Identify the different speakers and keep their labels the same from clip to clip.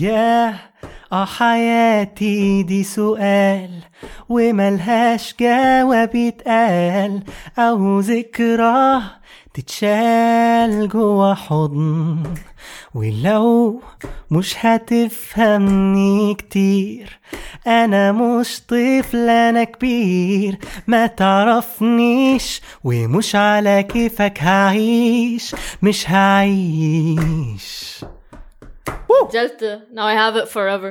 Speaker 1: ياه اه حياتي دي سؤال وملهاش جواب يتقال او ذكرى تتشال جوا حضن ولو مش هتفهمني كتير انا مش طفل انا كبير ما تعرفنيش ومش على كيفك هعيش مش هعيش
Speaker 2: Delta. Now I have it forever.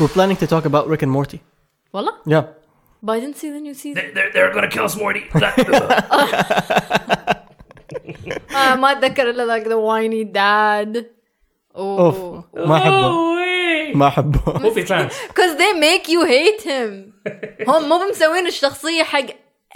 Speaker 1: We're planning to talk about Rick and Morty.
Speaker 2: Voila.
Speaker 1: Yeah.
Speaker 2: But I didn't see the new season.
Speaker 3: They're, they're gonna kill us, Morty. Ugh.
Speaker 2: آه ما اتذكر الا like the whiny dad. Oh.
Speaker 1: اوف ما احبه
Speaker 3: way.
Speaker 1: ما احبه
Speaker 3: Movie plans.
Speaker 2: Cause they make you hate him. هم مو مسوين الشخصية حق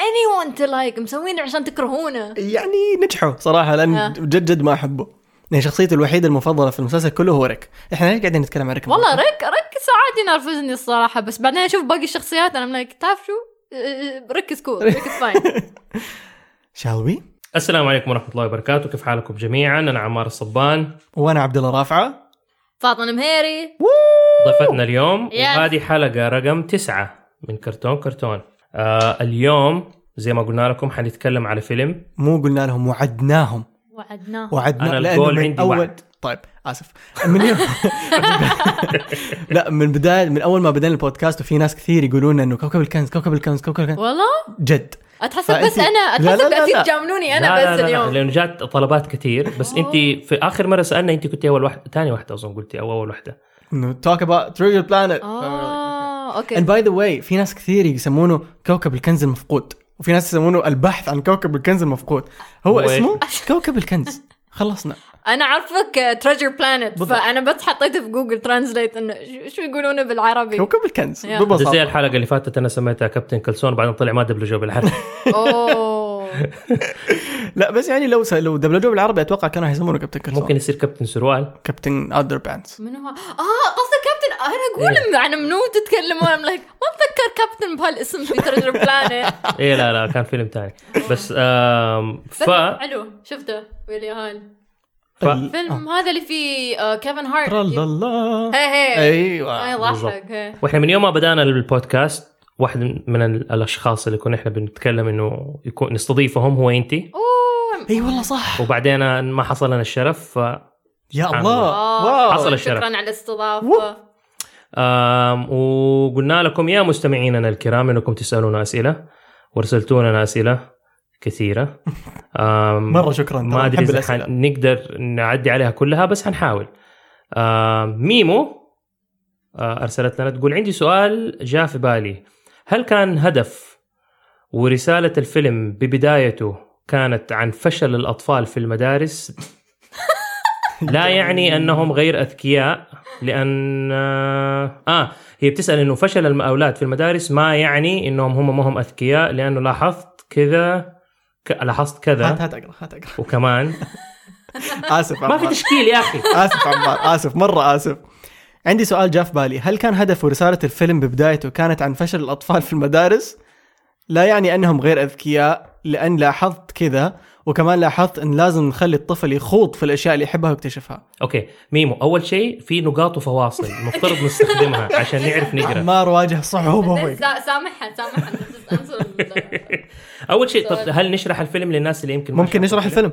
Speaker 2: anyone to like مسوينه عشان تكرهونه.
Speaker 1: يعني نجحوا صراحه لان
Speaker 2: آه.
Speaker 1: جد جد ما احبه يعني شخصيتي الوحيده المفضله في المسلسل كله هو ريك احنا ليش قاعدين نتكلم عن ريك
Speaker 2: والله ريك ريك ساعات ينرفزني الصراحة بس بعدين اشوف باقي الشخصيات انا ملاك تعرف شو؟ آه، ريك از كول ريك از فاين
Speaker 1: شال وي
Speaker 3: السلام عليكم ورحمة الله وبركاته، كيف حالكم جميعا؟ أنا عمار الصبان،
Speaker 1: وانا عبد الله رافعه
Speaker 2: فاطمة المهيري
Speaker 3: ضيفتنا اليوم
Speaker 2: Yes.
Speaker 3: وهذه حلقة رقم تسعة من كرتون كرتون. آه اليوم زي ما قلنا لكم حنتكلم على فيلم
Speaker 1: مو قلنا لهم وعدناهم
Speaker 2: وعدناه
Speaker 1: وعدنا
Speaker 3: أنا
Speaker 1: لأنه
Speaker 3: الجول
Speaker 1: من
Speaker 3: عندي
Speaker 1: اول
Speaker 3: وعد.
Speaker 1: طيب اسف من يوم... لا من بدايه من اول ما بدينا البودكاست وفي ناس كثير يقولون انه كوكب الكنز كوكب الكنز كوكب الكنز
Speaker 2: والله
Speaker 1: جد
Speaker 2: اتحسب
Speaker 3: آه،
Speaker 2: بس
Speaker 1: فأنتي-
Speaker 2: انا
Speaker 1: لا، لا، لا،
Speaker 2: اتحسب
Speaker 1: لا.
Speaker 2: قاعدين تجاملوني انا
Speaker 3: لا
Speaker 2: بس
Speaker 3: لا لا, لا
Speaker 2: اليوم
Speaker 3: لأنه جات طلبات كتير بس أنت في آخر مرة سألنا أنت كنت أول واحدة، ثاني واحدة أظن قلتي أو أول واحدة.
Speaker 1: انه توك اباوت تريجر بلانت اند
Speaker 2: اه اوكي
Speaker 1: باي ذا واي في ناس كثير يسمونه كوكب الكنز المفقود وفي ناس يسمونه البحث عن كوكب الكنز المفقود هو
Speaker 3: هو إيش؟
Speaker 1: اسمه كوكب الكنز خلصنا
Speaker 2: انا عارفك آه، تريجر بلانت
Speaker 1: بالضبط.
Speaker 2: فانا بس حطيته في جوجل ترانزليت انه شو- شو يقولونه بالعربي
Speaker 1: كوكب الكنز
Speaker 2: يا.
Speaker 3: ده زي
Speaker 1: ببساطه
Speaker 3: الحلقة اللي فاتت أنا سميتها كابتن كلسون وبعدين طلع ما دبلجوه بالعربي.
Speaker 2: اوه
Speaker 1: لا بس يعني لو س... لو دبلجوه بالعربي اتوقع كانوا هيسمونه كابتن كلسون
Speaker 3: ممكن
Speaker 1: ممكن
Speaker 3: يصير كابتن سروال.
Speaker 1: كابتن اندر بانس
Speaker 2: من هو اه قصدك كابتن انا
Speaker 3: إيه.
Speaker 2: اقول انا يعني منو تتكلمون I'm like ما اتذكر كابتن بهالاسم في تريجر بلانت
Speaker 3: ايه لا لا كان فيلم تاني بس آم ف
Speaker 2: حلو شفته ويلي هال
Speaker 3: ف-
Speaker 2: فيلم هذا اللي فيه آه، كيفن هارت
Speaker 1: الله
Speaker 2: هي هي
Speaker 3: أيوة.
Speaker 1: ايوه
Speaker 2: اي ضحك هي.
Speaker 3: واحنا من يوم ما بدانا البودكاست واحد من ال- الاشخاص اللي كنا احنا بنتكلم انه يكون نستضيفهم هو انت
Speaker 2: اوه
Speaker 1: اي والله صح
Speaker 3: وبعدين ما حصل لنا الشرف ف
Speaker 1: يا
Speaker 3: سبحان
Speaker 1: الله
Speaker 2: آه،
Speaker 1: واو
Speaker 3: حصل. الشرف.
Speaker 2: شكرا على
Speaker 1: ووب.
Speaker 2: الاستضافه
Speaker 3: آم، وقلنا لكم يا مستمعيننا الكرام انكم تسالونا اسئله وارسلتونا اسئله كثيره آم،
Speaker 1: مره شكرا ترى
Speaker 3: ما ادري
Speaker 1: نحب
Speaker 3: اذا
Speaker 1: الأسئلة.
Speaker 3: حن- نقدر نعدي عليها كلها بس حنحاول آه، ميمو آه، ارسلت لنا تقول عندي سؤال جاء في بالي هل كان هدف ورساله الفيلم ببدايته كانت عن فشل الاطفال في المدارس لا يعني انهم غير اذكياء لان اه هي بتسال انه فشل الم- الاولاد في المدارس ما يعني انهم هم ما هم اذكياء لانه لاحظت كذا ك... لاحظت
Speaker 1: هات
Speaker 3: كذا
Speaker 1: هات اقرا هات اقرا
Speaker 3: وكمان
Speaker 1: اسف
Speaker 3: ما في
Speaker 1: عمار.
Speaker 3: تشكيل يا اخي
Speaker 1: اسف عمار اسف مره اسف عندي سؤال جاء في بالي هل كان هدف رساله الفيلم ببدايته كانت عن فشل الاطفال في المدارس لا يعني انهم غير اذكياء لان لاحظت كذا وكمان لاحظت ان لازم نخلي الطفل يخوض في الاشياء اللي يحبها ويكتشفها
Speaker 3: اوكي ميمو اول شيء في نقاط وفواصل المفترض نستخدمها عشان نعرف نقرا
Speaker 1: عمار واجه صعوبه
Speaker 2: سا- سامحها سامحها Just answer.
Speaker 3: اول شيء طب هل نشرح الفيلم للناس اللي يمكن ما
Speaker 1: ممكن
Speaker 3: شافوا
Speaker 1: نشرح الفيلم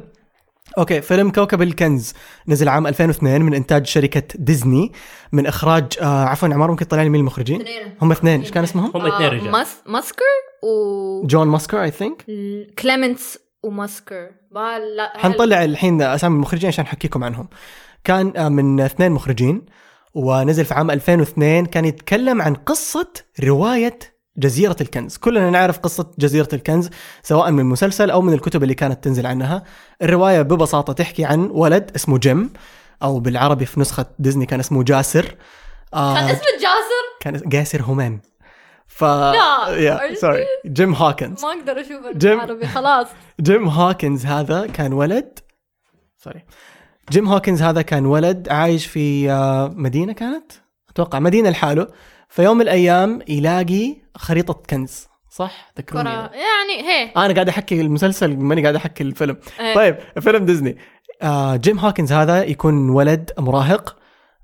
Speaker 1: اوكي فيلم كوكب الكنز نزل عام 2002 من انتاج شركه ديزني من اخراج آه عفوا عمار ممكن تطلع لي مين المخرجين
Speaker 2: اثنين.
Speaker 1: هم اثنين ايش كان اسمهم
Speaker 3: هم اثنين
Speaker 2: آه،
Speaker 3: رجال.
Speaker 2: مس- ماسكر و
Speaker 1: جون ماسكر اي ثينك
Speaker 2: كليمنتس وماسكر با- لا
Speaker 1: حنطلع الحين اسامي المخرجين عشان احكيكم عنهم كان آه، من اثنين مخرجين ونزل في عام 2002 كان يتكلم عن قصة رواية جزيرة الكنز كلنا نعرف قصة جزيرة الكنز سواء من مسلسل أو من الكتب اللي كانت تنزل عنها الرواية ببساطة تحكي عن ولد اسمه جيم أو بالعربي في نسخة ديزني كان اسمه جاسر آه،
Speaker 2: كان اسمه جاسر
Speaker 1: كان اس- جاسر همام ف
Speaker 2: لا، are
Speaker 1: yeah,
Speaker 2: you
Speaker 1: sorry جيم هوكنز
Speaker 2: ما اقدر اشوفه
Speaker 1: جيم.
Speaker 2: بالعربي خلاص
Speaker 1: جيم هوكنز هذا كان ولد سوري جيم هوكنز هذا كان ولد عايش في آه، مدينة كانت أتوقع مدينة لحاله فيوم من الايام يلاقي خريطه كنز صح ذكروني
Speaker 2: كرة
Speaker 1: أنا.
Speaker 2: يعني هي
Speaker 1: انا قاعد احكي المسلسل ماني قاعد احكي الفيلم
Speaker 2: إيه.
Speaker 1: طيب فيلم ديزني آه جيم هوكنز هذا يكون ولد مراهق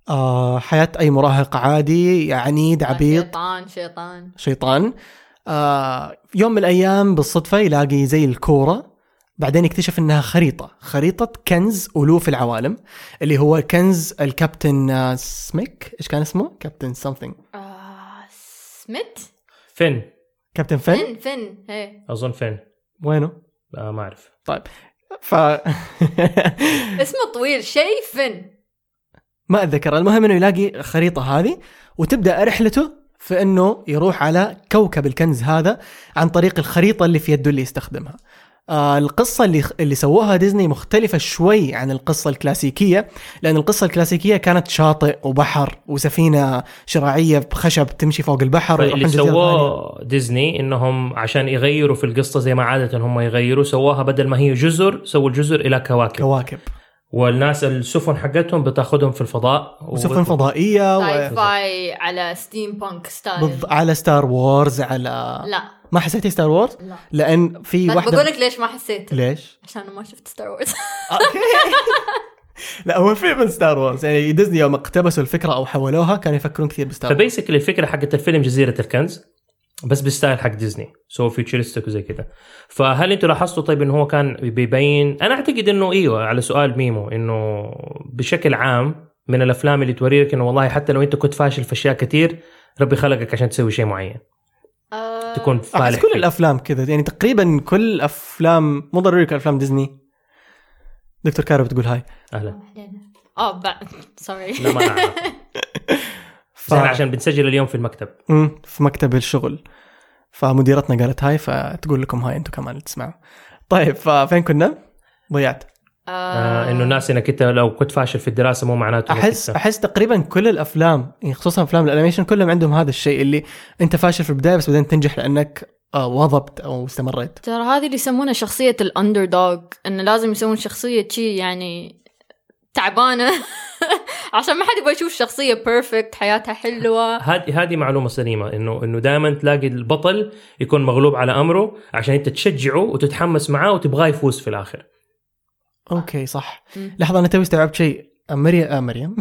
Speaker 1: آه حياه اي مراهق عادي عنيد عبيط
Speaker 2: آه، شيطان شيطان
Speaker 1: شيطان آه يوم من الايام بالصدفه يلاقي زي الكوره بعدين يكتشف انها خريطه خريطه كنز الوف العوالم اللي هو كنز الكابتن آه، سميك ايش كان اسمه كابتن سمثينج
Speaker 2: آه، سميت
Speaker 3: فين
Speaker 1: كابتن فن
Speaker 2: فن فن هي
Speaker 3: اظن فين
Speaker 1: وينه
Speaker 3: آه ما اعرف
Speaker 1: ف
Speaker 2: اسمه طويل شيء فن
Speaker 1: ما اتذكر المهم انه يلاقي خريطه هذه وتبدا رحلته في انه يروح على كوكب الكنز هذا عن طريق الخريطه اللي في يده اللي يستخدمها آه القصه اللي اللي سووها ديزني مختلفه شوي عن القصه الكلاسيكيه لان القصه الكلاسيكيه كانت شاطئ وبحر وسفينه شراعيه بخشب تمشي فوق البحر ويروحون
Speaker 3: اللي
Speaker 1: جزيرة ثانية.
Speaker 3: سووه ديزني انهم عشان يغيروا في القصه زي ما عاده هم يغيروا سووها بدل ما هي جزر سووا الجزر الى كواكب
Speaker 1: كواكب
Speaker 3: والناس السفن حقتهم بتاخذهم في الفضاء و-
Speaker 1: وسفن فضائيه
Speaker 2: ساي
Speaker 1: و...
Speaker 2: فاي على ستيم بانك ستايل
Speaker 1: بض... على ستار وورز على
Speaker 2: لا
Speaker 1: ما حسيتي ستار وورز
Speaker 2: لا
Speaker 1: لان في
Speaker 2: بس
Speaker 1: واحده
Speaker 2: بقول لك ليش ما حسيت
Speaker 1: ليش
Speaker 2: عشان ما شفت ستار وورز
Speaker 1: اوكي لا هو في من ستار وورز يعني ديزني يوم اقتبسوا الفكره او حولوها كانوا يفكرون كثير بستار وورز
Speaker 3: فبيسكلي الفكره حقت الفيلم جزيره الكنز بس بالستايل حق ديزني سو فيوتشرستك وزي كذا فهل انتوا لاحظتوا طيب انه هو كان بيبين انا اعتقد انه ايوه على سؤال ميمو انه بشكل عام من الافلام اللي توريك انه والله حتى لو انت كنت فاشل في اشياء كثير ربي خلقك عشان تسوي شيء معين
Speaker 2: آه،
Speaker 3: تكون
Speaker 1: احس
Speaker 3: فالح
Speaker 1: كل
Speaker 3: فيه.
Speaker 1: الافلام كذا يعني تقريبا كل افلام مو ضروري كل افلام ديزني دكتور كارو بتقول هاي
Speaker 3: اهلا
Speaker 2: اه بعد سوري
Speaker 3: لا ما أعرف.
Speaker 1: ف...
Speaker 3: بس احنا عشان بنسجل اليوم في المكتب
Speaker 1: مم، في مكتب الشغل فمديرتنا قالت هاي فتقول لكم هاي انتم كمان تسمعوا طيب ففين كنا؟ ضيعت
Speaker 3: آه انه الناس انك انت لو كنت فاشل في الدراسه مو معناته إنك
Speaker 1: احس
Speaker 3: أنت-
Speaker 1: احس تقريبا كل الافلام يعني خصوصا افلام الانيميشن كلهم عندهم هذا الشيء اللي انت فاشل في البدايه بس بعدين تنجح لانك آه، واظبت او استمريت
Speaker 2: ترى هذه اللي يسمونها شخصية الأندر دوغ إنه لازم يسوون شخصية شي يعني تعبانة عشان ما حد يبغى يشوف شخصية بيرفكت حياتها حلوة
Speaker 3: هذه هذه معلومه سليمه انه انه دائما تلاقي البطل يكون مغلوب على امره عشان انت تشجعه وتتحمس معاه وتبغاه يفوز في الاخر
Speaker 1: اوكي صح
Speaker 2: مم.
Speaker 1: لحظه انا توي استوعبت شيء آه، مريم آه مريم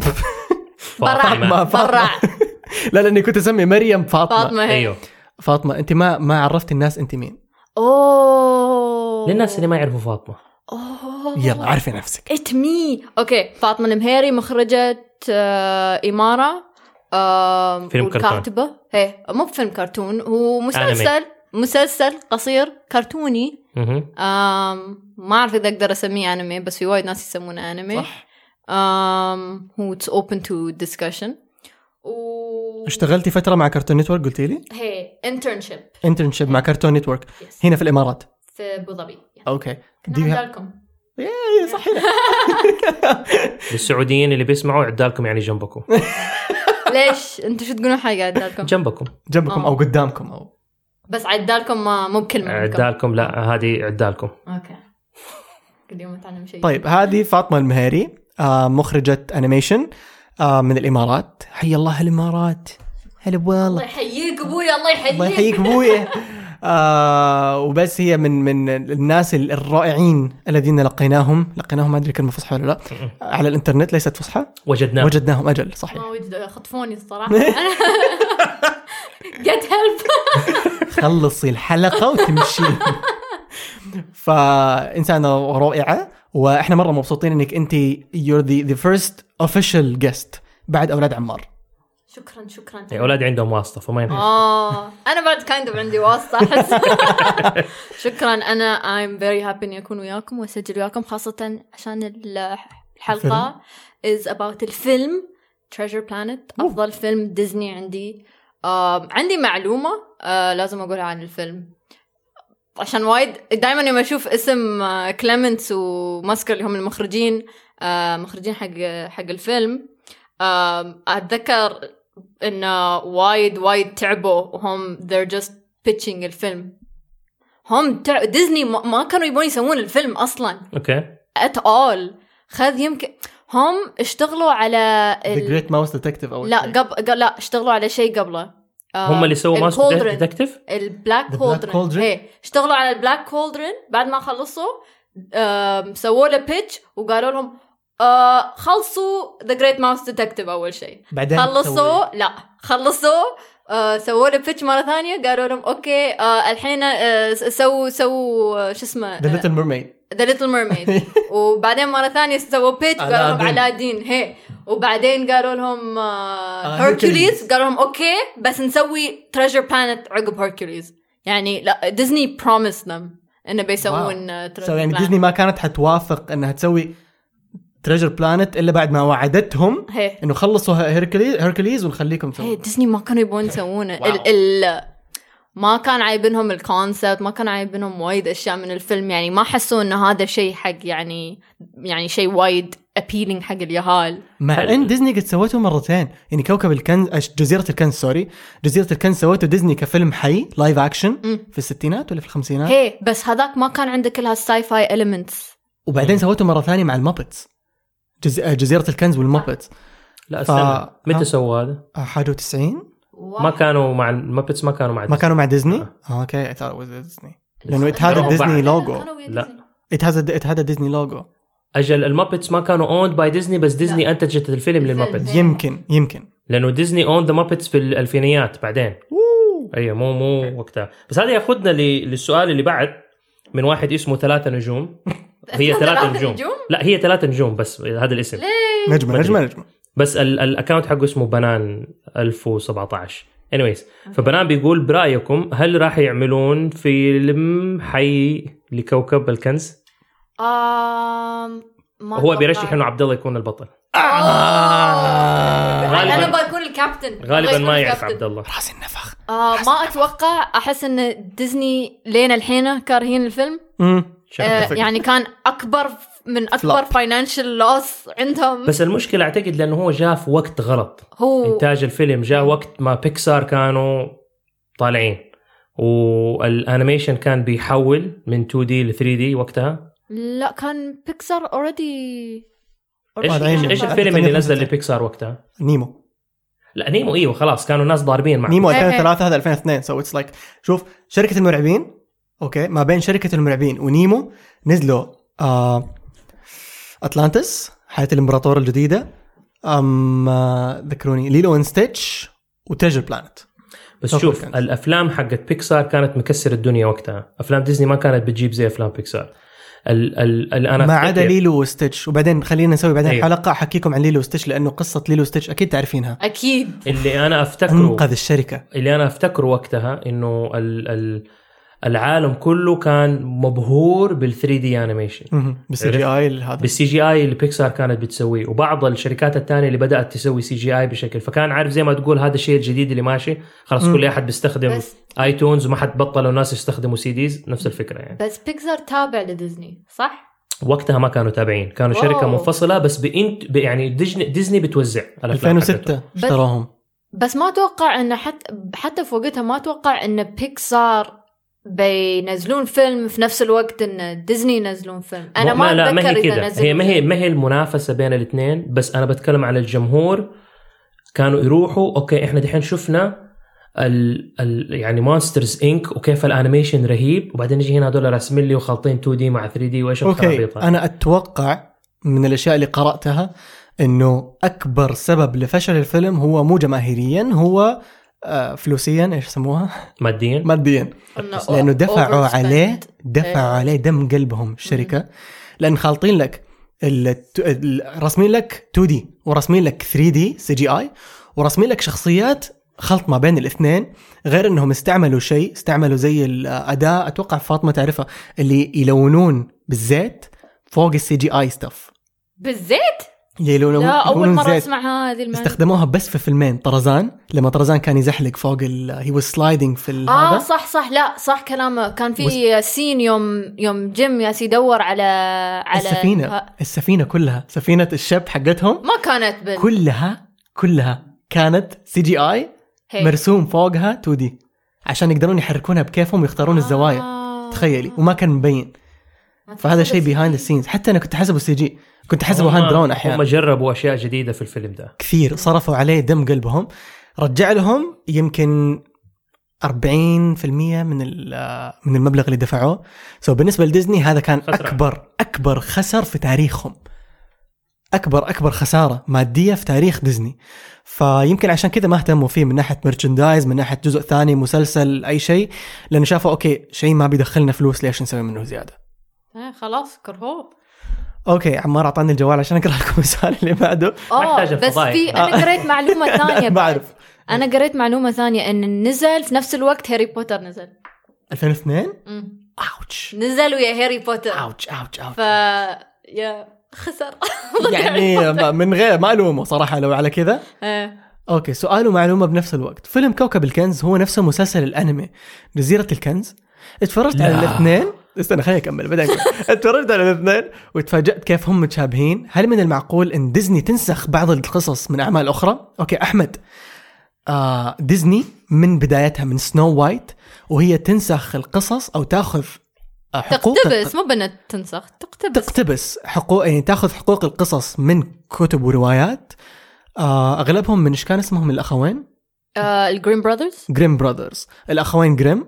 Speaker 2: برع
Speaker 1: فاطمة.
Speaker 2: برع
Speaker 1: لا لاني كنت اسمي مريم فاطمه
Speaker 2: فاطمة هي
Speaker 3: ايوه
Speaker 1: فاطمه انت ما ما عرفت الناس انت مين
Speaker 2: أوه
Speaker 3: للناس اللي ما يعرفوا فاطمه
Speaker 2: أوه
Speaker 1: يلا عرفي نفسك
Speaker 2: ات مي اوكي فاطمه المهيري مخرجه آه، اماره آه،
Speaker 3: فيلم كرتون.
Speaker 2: والكاتبة ايه مو بفيلم كرتون هو مسلسل مسلسل قصير كرتوني
Speaker 3: مهم.
Speaker 2: آم ما اعرف اذا اقدر اسميه انمي بس في وايد ناس يسمونه انمي
Speaker 1: صح
Speaker 2: آم هو اتس اوبن تو ديسكشن و
Speaker 1: اشتغلتي فتره مع كرتون نتورك قلتي لي
Speaker 2: هي انترنشيب
Speaker 1: انترنشيب مع كرتون نتورك
Speaker 2: يس
Speaker 1: هنا في الامارات
Speaker 2: في ابو ظبي نعم،
Speaker 1: اوكي دي
Speaker 2: كنا لكم
Speaker 1: إيه، صح هنا
Speaker 3: للسعوديين اللي بيسمعوا عدالكم يعني جنبكم
Speaker 2: ليش انتم شو تقولون حق عدالكم
Speaker 3: جنبكم
Speaker 1: جنبكم او قدامكم او
Speaker 2: بس عدالكم ما مو بكلمه منكم.
Speaker 3: عدالكم لا هذه عدالكم
Speaker 2: اوكي كل يوم اتعلم شيء
Speaker 1: طيب هذه فاطمه المهيري آه، مخرجه انيميشن آه، من الامارات حي الله الامارات هلا والله
Speaker 2: الله يحييك ابوي الله يحييك
Speaker 1: الله يحييك ابويا آه وبس هي من من الناس الرائعين الذين لقيناهم لقيناهم ما ادري كلمه فصحى ولا لا على الانترنت ليست فصحى
Speaker 2: نعم.
Speaker 3: وجدناه
Speaker 1: وجدناهم اجل صحيح
Speaker 2: ما ودي خطفوني الصراحه جت هيلب
Speaker 1: خلصي الحلقه وتمشي فانسانه رائعه واحنا مره مبسوطين انك انت يور ذا ذا فيرست اوفيشال جيست بعد اولاد عمار
Speaker 2: شكرا شكرا
Speaker 3: يعني اولادي عندهم واسطه فما ينفع
Speaker 2: اه انا بعد كايند اوف عندي واسطه احس شكرا انا ايم فيري هابي اني اكون وياكم واسجل وياكم خاصه عشان ال- الحلقه از اباوت الفيلم تريجر بلانت
Speaker 1: أوه.
Speaker 2: افضل فيلم ديزني عندي آه عندي معلومه آه لازم اقولها عن الفيلم عشان وايد دائما يوم اشوف اسم آه، كليمنتس وماسكر اللي هم المخرجين آه مخرجين حق حق الفيلم آه اتذكر انه وايد وايد تعبوا وهم they're just pitching الفيلم هم تع... ديزني ما ما كانوا يبون يسوون الفيلم اصلا
Speaker 3: اوكي
Speaker 2: at all خذ يمكن هم اشتغلوا على
Speaker 1: ذا
Speaker 2: ال...
Speaker 1: جريت ماوس ديتكتيف او
Speaker 2: لا قبل قبل- لا اشتغلوا على شيء قبله آه،
Speaker 3: هم اللي سووا ماسك
Speaker 2: الكولدرن.
Speaker 3: ديتكتيف
Speaker 2: البلاك
Speaker 1: The Black
Speaker 2: كولدرن
Speaker 1: Cauldron؟
Speaker 2: ايه اشتغلوا على البلاك كولدرن بعد ما خلصوا آم، سووا له بيتش وقالوا لهم آه، خلصوا ذا جريت ماوس ديتكتيف اول شيء
Speaker 1: بعدين تسوي-
Speaker 2: خلصوا لا خلصوا آه، سووا له بيتش مره ثانيه قالوا لهم اوكي آه، الحين آه، سووا سووا آه، شو اسمه آه،
Speaker 1: ذا ليتل ميرميد
Speaker 2: ذا ليتل ميرميد وبعدين مره ثانيه سووا بيت وقالوا لهم
Speaker 1: علادين.
Speaker 2: علادين هي وبعدين قالوا لهم هيركوليز
Speaker 1: هيركوليز.
Speaker 2: قالوا لهم اوكي بس نسوي تريجر بلانت عقب هيركوليز يعني لا ديزني بروميس ذم انه بيسوون آه،
Speaker 1: سو يعني ديزني ما كانت حتوافق انها تسوي تريجر بلانت الا بعد ما وعدتهم
Speaker 2: هي
Speaker 1: انه خلصوا هيركليز هيركليز ونخليكم
Speaker 2: هي
Speaker 1: سوا
Speaker 2: ديزني ما كانوا يبون يسوونه
Speaker 1: واو.
Speaker 2: ال ال ما كان عايبينهم الكونسبت ما كان عايبينهم وايد اشياء من الفيلم يعني ما حسوا انه هذا شيء حق يعني يعني شيء وايد ابيلينج حق اليهال
Speaker 1: مع
Speaker 3: حلو.
Speaker 1: ان ديزني قد سوته مرتين يعني كوكب الكنز أش- جزيره الكنز سوري جزيره الكنز سوته ديزني كفيلم حي لايف اكشن
Speaker 2: مم.
Speaker 1: في الستينات ولا في الخمسينات
Speaker 2: هي بس هذاك ما كان عنده كل هالساي فاي المنتس
Speaker 1: وبعدين سوته مره ثانيه مع المابتس جز... آه، جزيره الكنز والمابتس
Speaker 3: لا
Speaker 1: ف-
Speaker 3: استنى متى
Speaker 1: ها؟
Speaker 3: سووا هذا؟
Speaker 1: آه، 91
Speaker 3: ما كانوا مع المابتس ما كانوا مع
Speaker 1: ما كانوا مع ديزني؟
Speaker 3: آه.
Speaker 1: آه، اوكي I thought it was ديزني لانه it had a ديزني logo
Speaker 3: لا.
Speaker 1: it has a it had a ديزني logo
Speaker 3: اجل المابتس ما كانوا اوند باي ديزني بس ديزني
Speaker 2: لا.
Speaker 3: انتجت الفيلم
Speaker 2: الفيلم.
Speaker 3: للمابتس
Speaker 2: زين.
Speaker 1: يمكن يمكن
Speaker 3: لانه ديزني اون ذا مابتس في الالفينيات بعدين ايوه مو مو وقتها بس هذا ياخذنا ل- للسؤال اللي بعد من واحد اسمه ثلاثة نجوم هي ثلاثة نجوم لا هي ثلاثة نجوم بس هذا الاسم
Speaker 1: نجمه نجمه نجمه
Speaker 3: بس ال- الاكونت حقه اسمه بنان 1017 anyways فبنان بيقول برايكم هل راح يعملون فيلم حي لكوكب الكنز؟
Speaker 2: آم، ما
Speaker 3: هو
Speaker 2: أتوقع.
Speaker 3: بيرشح انه عبد الله يكون البطل
Speaker 2: آه.
Speaker 3: غالباً-
Speaker 2: انا بكون الكابتن
Speaker 3: غالبا ما يعرف
Speaker 2: الكابتن.
Speaker 3: عبد الله
Speaker 1: راس النفخ
Speaker 2: آه ما اتوقع احس ان ديزني لين الحين كارهين الفيلم
Speaker 1: امم
Speaker 2: آه
Speaker 1: فكرة.
Speaker 2: يعني كان اكبر ف- من اكبر فاينانشال لوس عندهم
Speaker 3: بس المشكله اعتقد لانه هو جاء في وقت غلط
Speaker 2: هو
Speaker 3: انتاج الفيلم جاء وقت ما بيكسار كانوا طالعين والانيميشن كان بيحول من 2 دي ل 3 دي وقتها
Speaker 2: لا كان بيكسر اوريدي
Speaker 3: ايش
Speaker 1: طالعين.
Speaker 3: ايش ايش الفيلم اللي نزل لبيكسار وقتها؟
Speaker 1: نيمو
Speaker 3: لا نيمو ايوه خلاص كانوا الناس ضاربين مع
Speaker 1: نيمو
Speaker 2: إيه، إيه.
Speaker 1: 2003 هذا 2002 سو اتس لايك شوف شركه المرعبين اوكي ما بين شركه المرعبين ونيمو نزلوا آه اتلانتس حياه الامبراطور الجديده ام آه، ذكروني ليلو ان ستيتش وتريجر بلانت
Speaker 3: بس
Speaker 1: توقف
Speaker 3: شوف
Speaker 1: كانت.
Speaker 3: الافلام حقت بيكسار كانت مكسر الدنيا وقتها افلام ديزني ما كانت بتجيب زي افلام بيكسار ال ال ال انا
Speaker 1: ما عدا
Speaker 3: أفتكر-
Speaker 1: ليلو وستيتش وبعدين خلينا نسوي بعدين
Speaker 3: أيوه.
Speaker 1: أيوه. حلقه احكيكم عن ليلو وستيتش لانه قصه ليلو وستيتش اكيد تعرفينها
Speaker 2: اكيد
Speaker 3: اللي انا افتكره
Speaker 1: انقذ الشركه
Speaker 3: اللي انا افتكره وقتها انه ال ال العالم كله كان مبهور بال 3 دي انيميشن
Speaker 1: بالسي جي اي هذا
Speaker 3: بالسي جي اي اللي بيكسار كانت بتسويه وبعض الشركات الثانيه اللي بدات تسوي سي جي اي بشكل فكان عارف زي ما تقول هذا الشيء الجديد اللي ماشي خلاص
Speaker 1: مم.
Speaker 3: كل احد بيستخدم
Speaker 2: بس
Speaker 3: ايتونز وما حد بطلوا الناس يستخدموا سي ديز نفس الفكره يعني
Speaker 2: بس بيكسر تابع لديزني صح؟
Speaker 3: وقتها ما كانوا تابعين كانوا
Speaker 2: واو.
Speaker 3: شركه منفصله بس بإنت يعني ديزني, ديزني بتوزع الافلام حقتهم.
Speaker 1: 2006 اشتراهم
Speaker 2: بس ما اتوقع انه حتى حتى في وقتها ما اتوقع ان بيكسار بينزلون فيلم في نفس الوقت ان ديزني ينزلون فيلم انا ما,
Speaker 3: لا ما
Speaker 2: اتذكر
Speaker 3: هي
Speaker 2: اذا
Speaker 3: كده
Speaker 2: نزلوا
Speaker 3: هي ما هي
Speaker 2: فيلم.
Speaker 3: ما هي المنافسه بين الاثنين بس انا بتكلم على الجمهور كانوا يروحوا اوكي احنا دحين شفنا ال ال يعني مونسترز انك وكيف الانيميشن رهيب وبعدين نجي هنا هذول راسمين لي وخالطين 2 دي مع 3 دي وايش
Speaker 1: اوكي
Speaker 3: الخرابيط هذه؟
Speaker 1: انا اتوقع من الاشياء اللي قراتها انه اكبر سبب لفشل الفيلم هو مو جماهيريا هو آه، فلوسيا ايش يسموها؟
Speaker 3: ماديا
Speaker 1: ماديا
Speaker 2: إنه أو-
Speaker 1: لانه دفعوا
Speaker 2: overspend.
Speaker 1: عليه
Speaker 2: إيه.
Speaker 1: دفعوا عليه دم قلبهم الشركه لان خالطين لك ال- الت- ال- راسمين لك 2 دي وراسمين لك 3 دي سي جي اي وراسمين لك شخصيات خلط ما بين الاثنين غير انهم استعملوا شيء استعملوا زي الاداه اتوقع فاطمه تعرفها اللي يلونون بالزيت فوق السي جي اي ستاف
Speaker 2: بالزيت؟
Speaker 1: يلونون
Speaker 2: لا اول
Speaker 1: يلونون
Speaker 2: مره
Speaker 1: زيت.
Speaker 2: اسمع هذه المعلومه
Speaker 1: استخدموها بس في فيلمين طرزان لما طرزان كان يزحلق فوق هي واز سلايدنج في ال-
Speaker 2: اه
Speaker 1: هذا
Speaker 2: صح صح لا صح كلامه كان في سين يوم يوم جيم ياس يدور على على
Speaker 1: السفينه السفينه كلها سفينه الشب حقتهم
Speaker 2: ما كانت بال
Speaker 1: كلها كلها كانت سي جي اي
Speaker 2: هي.
Speaker 1: مرسوم فوقها 2 دي عشان يقدرون يحركونها بكيفهم ويختارون الزوايا
Speaker 2: آه.
Speaker 1: تخيلي وما كان مبين فهذا شيء بيهايند السينز حتى انا كنت حسبه سي جي كنت حسبه هاند درون
Speaker 3: هم
Speaker 1: احيانا
Speaker 3: جربوا اشياء جديده في الفيلم ده
Speaker 1: كثير صرفوا عليه دم قلبهم رجع لهم يمكن 40% من ال- من المبلغ اللي دفعوه سو بالنسبه لديزني هذا كان
Speaker 3: خسران.
Speaker 1: اكبر اكبر خسر في تاريخهم اكبر اكبر خساره ماديه في تاريخ ديزني فيمكن عشان كذا ما اهتموا فيه من ناحيه مرشندايز من ناحيه جزء ثاني مسلسل اي شيء لانه شافوا اوكي شيء ما بيدخلنا فلوس ليش نسوي منه زياده
Speaker 2: آه، خلاص كرهوه
Speaker 1: اوكي عمار اعطاني الجوال عشان اقرا لكم السؤال اللي بعده
Speaker 2: اه
Speaker 3: أحتاج
Speaker 2: بس
Speaker 3: الفضائح.
Speaker 2: في
Speaker 1: آه.
Speaker 2: انا قريت معلومه ثانيه
Speaker 1: ما
Speaker 2: بعد
Speaker 1: اعرف
Speaker 2: انا قريت معلومه ثانيه ان نزل في نفس الوقت هاري بوتر نزل
Speaker 1: 2002
Speaker 2: مم.
Speaker 1: اوتش
Speaker 2: نزل ويا هاري بوتر
Speaker 1: اوتش اوتش اوتش
Speaker 2: ف يا خسر
Speaker 1: يعني ما- من غير ما الومه صراحه لو على كذا
Speaker 2: آه.
Speaker 1: اوكي سؤال ومعلومه بنفس الوقت فيلم كوكب الكنز هو نفسه مسلسل الانمي جزيره الكنز اتفرجت على
Speaker 3: لا.
Speaker 1: الاثنين استنى خليني اكمل بعدين أقول. اتفرجت على الاثنين وتفاجات كيف هم متشابهين هل من المعقول ان ديزني تنسخ بعض القصص من اعمال اخرى اوكي احمد آه ديزني من بدايتها من سنو وايت وهي تنسخ القصص او تاخذ آه، حقوق
Speaker 2: تقتبس مو بنت تنسخ تقتبس
Speaker 1: تقتبس حقوق يعني تاخذ حقوق القصص من كتب وروايات آه، اغلبهم من ايش كان اسمهم الاخوين
Speaker 2: آه، الجرين براذرز
Speaker 1: جريم براذرز الاخوين جريم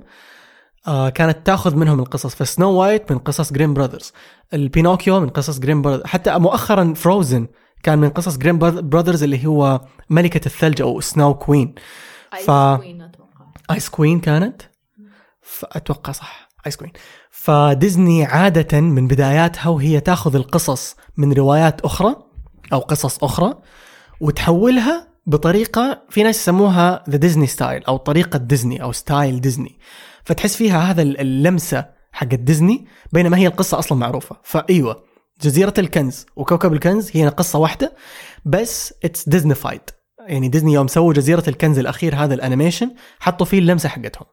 Speaker 1: آه، كانت تاخذ منهم القصص فسنو وايت من قصص جريم براذرز البينوكيو من قصص جريم براذرز حتى مؤخرا فروزن كان من قصص جريم براذرز اللي هو ملكة الثلج او سنو كوين ف- ايس كوين كانت فاتوقع صح ايس كوين فديزني عاده من بداياتها وهي تاخذ القصص من روايات اخرى او قصص اخرى وتحولها بطريقه في ناس يسموها ذا ديزني ستايل او طريقه ديزني او ستايل ديزني فتحس فيها هذا ال- اللمسه حقت ديزني بينما هي القصه اصلا معروفه فايوه جزيره الكنز وكوكب الكنز هي قصه واحده بس اتس ديزنيفايد يعني ديزني يوم سووا جزيره الكنز الاخير هذا الانيميشن حطوا فيه اللمسه حقتهم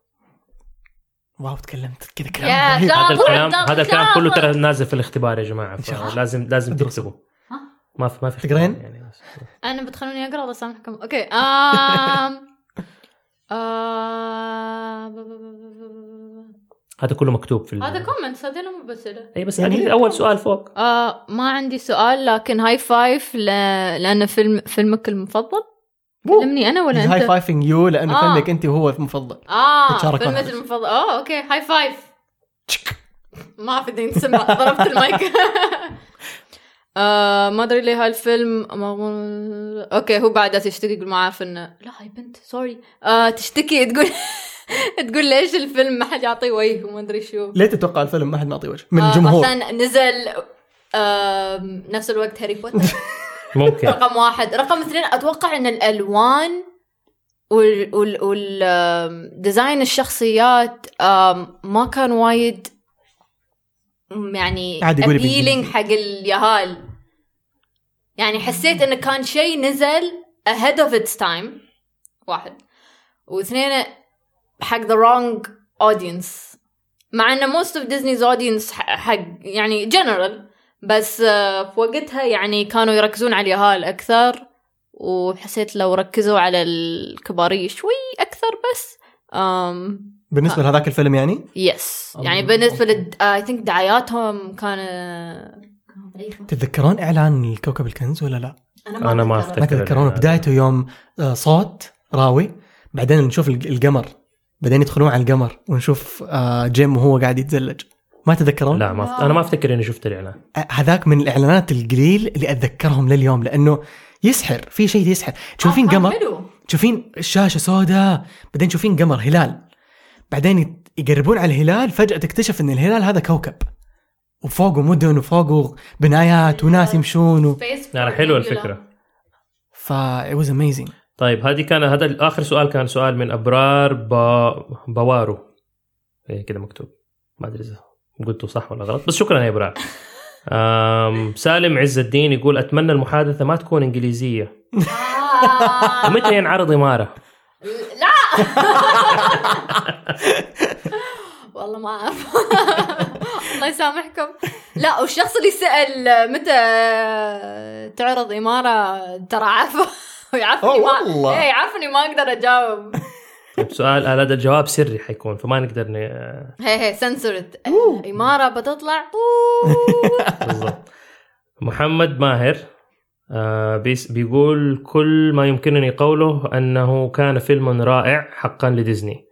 Speaker 1: واو تكلمت كذا
Speaker 2: يا
Speaker 1: كلام رهيب.
Speaker 2: جاب.
Speaker 3: هذا
Speaker 2: آه،
Speaker 3: الكلام
Speaker 2: برضه
Speaker 3: هذا الكلام
Speaker 2: كلام.
Speaker 3: كله ترى نازل في الاختبار يا جماعه
Speaker 1: إن شاء الله.
Speaker 3: لازم لازم
Speaker 1: أدرسه.
Speaker 3: تكتبوا ما في ما في
Speaker 1: تقرين؟
Speaker 3: اختبار يعني بس.
Speaker 2: انا بتخلوني اقرا الله يسامحكم اوكي آم. آه، ب- ب- ب- ب- ب-
Speaker 3: هذا كله مكتوب في ال-
Speaker 2: هذا كومنت هذول مو بسأله
Speaker 3: اي بس
Speaker 1: يعني
Speaker 3: يعني اول سؤال فوق
Speaker 2: آه ما عندي سؤال لكن هاي فايف ل... لأن فيلم فيلمك المفضل كلمني أنا ولا
Speaker 1: هاي
Speaker 2: أنت؟
Speaker 1: فايفنج يو لانه
Speaker 2: آه.
Speaker 1: فيلمك انت وهو المفضل
Speaker 2: اه
Speaker 1: تتشاركون
Speaker 2: فيلمك
Speaker 1: هذا.
Speaker 2: المفضل اه اوكي هاي فايف ما في دين تسمع ضربت المايك آه ما ادري ليه هالفيلم ما- اوكي هو بعدها تشتكي يقول ما عارف انه لا هاي بنت سوري آه تشتكي تقول تقول ليش الفيلم ما حد يعطيه وجه وما ادري شو
Speaker 1: ليه تتوقع الفيلم ما حد معطيه وجه من
Speaker 2: آه،
Speaker 1: الجمهور
Speaker 2: عشان نزل آه نفس الوقت هاري بوتر
Speaker 3: ممكن
Speaker 2: رقم واحد رقم اثنين اتوقع ان الالوان وال وال وال آم، ديزاين الشخصيات آم، ما كان وايد م- يعني
Speaker 1: عادي قولي
Speaker 2: appealing
Speaker 1: بالإنجليزي.
Speaker 2: حق اليهال يعني حسيت انه كان شيء نزل ahead of its time واحد واثنين حق the wrong audience مع ان most of Disney's audience ح- حق يعني general بس آه، في وقتها يعني كانوا يركزون على اليهال أكثر وحسيت لو ركزوا على الكبارية شوي أكثر بس أم
Speaker 1: بالنسبه لهذاك الفيلم يعني
Speaker 2: يس يعني
Speaker 3: الله.
Speaker 2: بالنسبة لل I think دعاياتهم كان كانوا ضعيفة.
Speaker 1: تتذكرون اعلان الكوكب الكنز ولا لا؟
Speaker 3: أنا ما
Speaker 2: أتذكر.
Speaker 1: ما
Speaker 3: أتذكر
Speaker 1: تتذكرون
Speaker 3: الإعلان.
Speaker 1: بدايته يوم آه، صوت راوي بعدين نشوف الج- القمر بعدين يدخلون على القمر ونشوف آه، جيم وهو قاعد يتزلج ما تذكرون؟
Speaker 3: لا ما انا ما افتكر اني شفت الاعلان
Speaker 1: آه، هذاك من الاعلانات القليل اللي اتذكرهم لليوم لانه يسحر في شيء يسحر تشوفين
Speaker 2: آه، كان
Speaker 1: قمر
Speaker 2: حلو.
Speaker 1: تشوفين الشاشه سوداء بعدين تشوفين قمر هلال بعدين يت- يقربون على الهلال فجاه تكتشف ان الهلال هذا كوكب وفوقه مدن وفوقه بنايات وناس يمشون و...
Speaker 2: Space
Speaker 3: لا لا،
Speaker 2: for
Speaker 3: حلوه
Speaker 2: Nebula.
Speaker 3: الفكره
Speaker 1: ف it was amazing
Speaker 3: طيب هذه كان هذا اخر سؤال كان سؤال من ابرار با... بوارو إيه كده مكتوب ما ادري اذا قلته صح ولا غلط بس شكرا يا ابرار أم سالم عز الدين يقول اتمنى المحادثه ما تكون انجليزيه
Speaker 2: آه.
Speaker 3: متى ينعرض اماره
Speaker 2: والله ما اعرف الله يسامحكم لا والشخص اللي سال متى تعرض اماره ترى عارفه ويعرفني
Speaker 1: أوه
Speaker 2: ما إيه،
Speaker 1: والله.
Speaker 2: ايه يعرفني ما اقدر اجاوب
Speaker 3: سؤال آه، هذا الجواب سري حيكون فما نقدر ن-
Speaker 2: هي هي سنسورد
Speaker 1: أوه.
Speaker 2: إمارة بتطلع
Speaker 3: بالضبط محمد ماهر آه، بيس- بيقول كل ما يمكنني قوله انه كان فيلم رائع حقا لديزني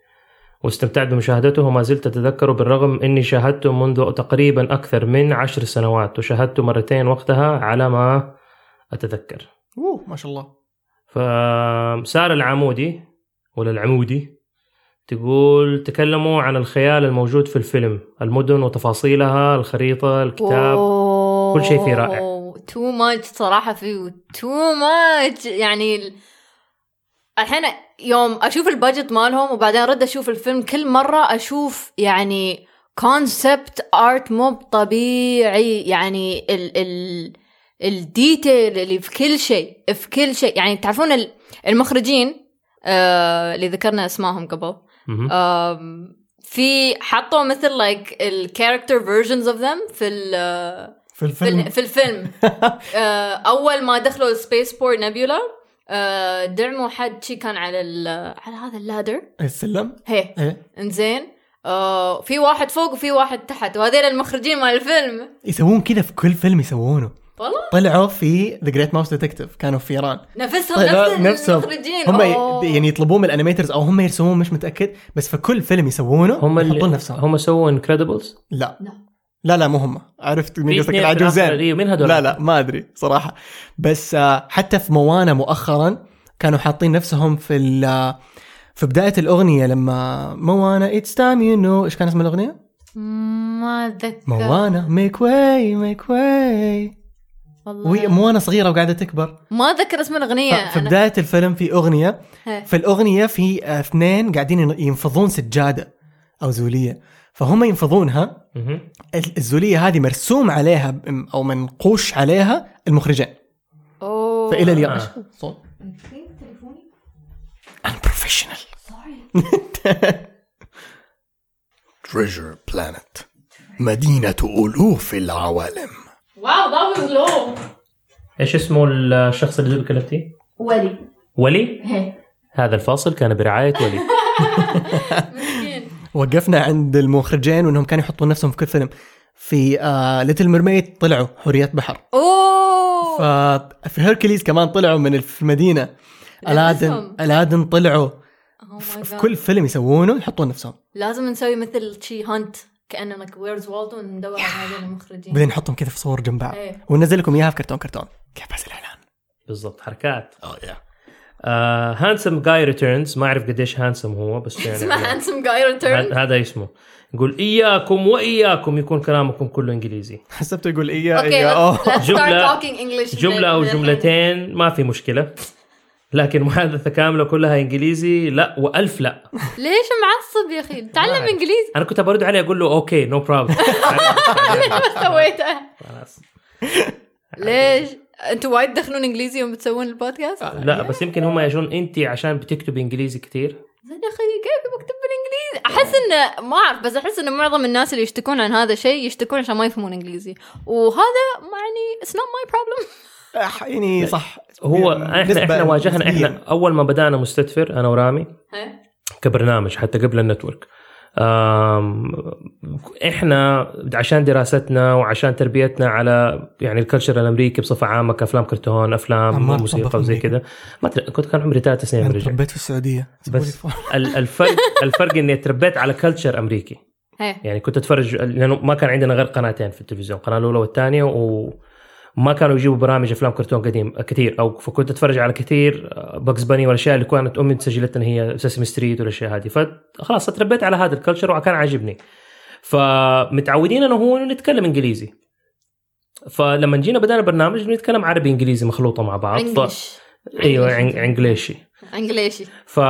Speaker 3: واستمتعت بمشاهدته وما زلت اتذكره بالرغم اني شاهدته منذ تقريبا اكثر من عشر سنوات وشاهدته مرتين وقتها على ما اتذكر
Speaker 1: اوه ما شاء الله
Speaker 3: فسارة العمودي ولا العمودي تقول تكلموا عن الخيال الموجود في الفيلم المدن وتفاصيلها الخريطة الكتاب
Speaker 2: أوه.
Speaker 3: كل شيء فيه رائع.
Speaker 2: تو ماتش صراحة فيه تو ماتش يعني ال- الحين يوم اشوف البادجت مالهم وبعدين ارد اشوف الفيلم كل مرة اشوف يعني كونسبت ارت مو طبيعي يعني ال ال الديتيل اللي في كل شيء في كل شيء يعني تعرفون ال- المخرجين آه اللي ذكرنا اسمائهم قبل
Speaker 3: مهم.
Speaker 2: آم، في حطوا مثل لايك الكاركتر فيرجنز اوف ذم في ال-
Speaker 1: في
Speaker 2: في
Speaker 1: الفيلم
Speaker 2: ال- في الفيلم آه، اول ما دخلوا السبيس بور نبيولا آه، دعموا حد شي كان على ال- على هذا اللادر
Speaker 1: السلم
Speaker 2: هي
Speaker 1: ايه
Speaker 2: انزين آه، في واحد فوق وفي واحد تحت وهذول المخرجين مال الفيلم
Speaker 1: يسوون كذا في كل فيلم يسوونه
Speaker 2: والله
Speaker 1: طلعوا في ذا جريت ماوس ديتكتيف كانوا في ايران
Speaker 2: نفسهم
Speaker 1: طيب، لا،
Speaker 2: نفس المخرجين
Speaker 1: هم
Speaker 2: أوه.
Speaker 1: يعني يطلبوه من الانيميترز او هم يرسمون مش متاكد بس في كل فيلم يسوونه
Speaker 3: هم اللي
Speaker 1: يحطون نفسهم
Speaker 3: هم سووا انكريدبلز
Speaker 1: لا
Speaker 2: لا.
Speaker 1: لا لا مو هم عرفت
Speaker 3: في
Speaker 1: مين قصدك
Speaker 3: اثنين في الآخر،
Speaker 1: العجوزين
Speaker 3: إيوه، مين هذول؟
Speaker 1: لا لا ما ادري صراحه بس آه، حتى في موانا مؤخرا كانوا حاطين نفسهم في ال- آه، في بدايه الاغنيه لما موانا اتس تايم يو نو ايش كان اسم الاغنيه؟
Speaker 2: ما اتذكر
Speaker 1: موانا ميك واي ميك واي
Speaker 2: والله.
Speaker 1: وهي موانا صغيره وقاعده تكبر
Speaker 2: ما اتذكر اسم الاغنيه
Speaker 1: في
Speaker 2: أنا-
Speaker 1: بدايه الفيلم في اغنيه
Speaker 2: هي.
Speaker 1: في الاغنيه في آه، اثنين قاعدين ين- ينفضون سجاده او زوليه فهم ينفضونها
Speaker 3: مهم.
Speaker 1: الزوليه هذه مرسوم عليها ب- او منقوش عليها المخرجين
Speaker 2: أوه.
Speaker 1: فالى اليوم
Speaker 3: آه.
Speaker 1: ايش صوت انا بروفيشنال
Speaker 4: Treasure Planet مدينة ألوف العوالم
Speaker 2: واو that was low
Speaker 3: ايش اسمه الشخص اللي دوبك كلمتيه؟
Speaker 2: ولي
Speaker 3: ولي
Speaker 2: هي.
Speaker 3: هذا الفاصل كان برعاية ولي
Speaker 2: مسكين
Speaker 1: وقفنا عند المخرجين وانهم كانوا يحطون نفسهم في كل فيلم في آه ليتل ميرميد طلعوا حريات بحر
Speaker 2: اوه
Speaker 1: ففي هيركليز كمان طلعوا من الف- المدينه الادن
Speaker 2: نفسهم.
Speaker 1: الادن طلعوا
Speaker 2: Oh my
Speaker 1: في
Speaker 2: God. إيه.
Speaker 1: كل فيلم يسوونه يحطون نفسهم
Speaker 2: لازم نسوي مثل شي هانت كاننا ويرز والدو وندور على هذول المخرجين
Speaker 1: بعدين نحطهم كذا في صور جنب بعض
Speaker 2: إيه.
Speaker 1: وننزل لكم اياها في كرتون كرتون كيف بس الاعلان
Speaker 3: بالضبط حركات آه،
Speaker 4: Oh yeah
Speaker 3: هانسم جاي ريتيرنز ما اعرف قديش هانسم هو بس يعني
Speaker 2: اسمه هانسم جاي
Speaker 3: هذا-
Speaker 2: ريتيرن
Speaker 3: هذا اسمه يقول اياكم واياكم يكون كلامكم كله انجليزي
Speaker 1: حسبته يقول إيه اياه
Speaker 2: اوكي let's let's start
Speaker 3: جملة-
Speaker 2: talking English
Speaker 3: جمله او
Speaker 2: من الحين.
Speaker 3: جملتين ما في مشكله لكن محادثه كامله كلها انجليزي لا والف لا
Speaker 2: ليش معصب يا اخي تعلم
Speaker 3: أعرف.
Speaker 2: انجليزي
Speaker 3: انا كنت برد عليه اقول له اوكي نو بروبلم
Speaker 2: ما سويته
Speaker 3: خلاص
Speaker 2: ليش انتوا وايد تدخلون انجليزي يوم بتسوون البودكاست
Speaker 3: لا بس يمكن هم يجون انت عشان بتكتب انجليزي كثير
Speaker 2: زين يا اخي كيف بكتب بالانجليزي احس انه ما اعرف بس احس انه معظم الناس اللي يشتكون عن هذا الشيء يشتكون عشان ما يفهمون انجليزي وهذا ما يعني اتس نوت ماي بروبلم
Speaker 1: أح- يعني صح
Speaker 3: هو
Speaker 1: نسبة-
Speaker 3: احنا احنا واجهنا
Speaker 1: نسبياً.
Speaker 3: احنا اول ما بدانا مستدفر انا ورامي كبرنامج حتى قبل النتورك آم، احنا عشان دراستنا وعشان تربيتنا على يعني الكلتشر الامريكي بصفه عامه كافلام كرتون افلام
Speaker 1: عمار
Speaker 3: موسيقى
Speaker 1: تربيت
Speaker 3: وزي
Speaker 1: أمريكا.
Speaker 3: كذا ما أدري، كنت كان عمري ثلاث سنين
Speaker 1: انا
Speaker 3: برجع
Speaker 1: تربيت في السعوديه
Speaker 3: بس ال- الفرق الفرق اني تربيت على كلتشر امريكي
Speaker 2: هي
Speaker 3: يعني كنت اتفرج لانه ما كان عندنا غير قناتين في التلفزيون القناه الاولى والثانيه وما كانوا يجيبوا برامج افلام كرتون قديم كثير او فكنت اتفرج على كثير آه، باكس باني والاشياء اللي كانت امي مسجلتها إن هي سيسم ستريت والاشياء هذه فخلاص اتربيت على هذا الكلتشر وكان عاجبني فمتعودين انا وهو انه نتكلم انجليزي فلما جينا بدانا برنامج نتكلم عربي انجليزي مخلوطه مع بعض ف...
Speaker 2: انجلش
Speaker 3: ايوه إنج- انجليشي
Speaker 2: انجليشي
Speaker 3: ف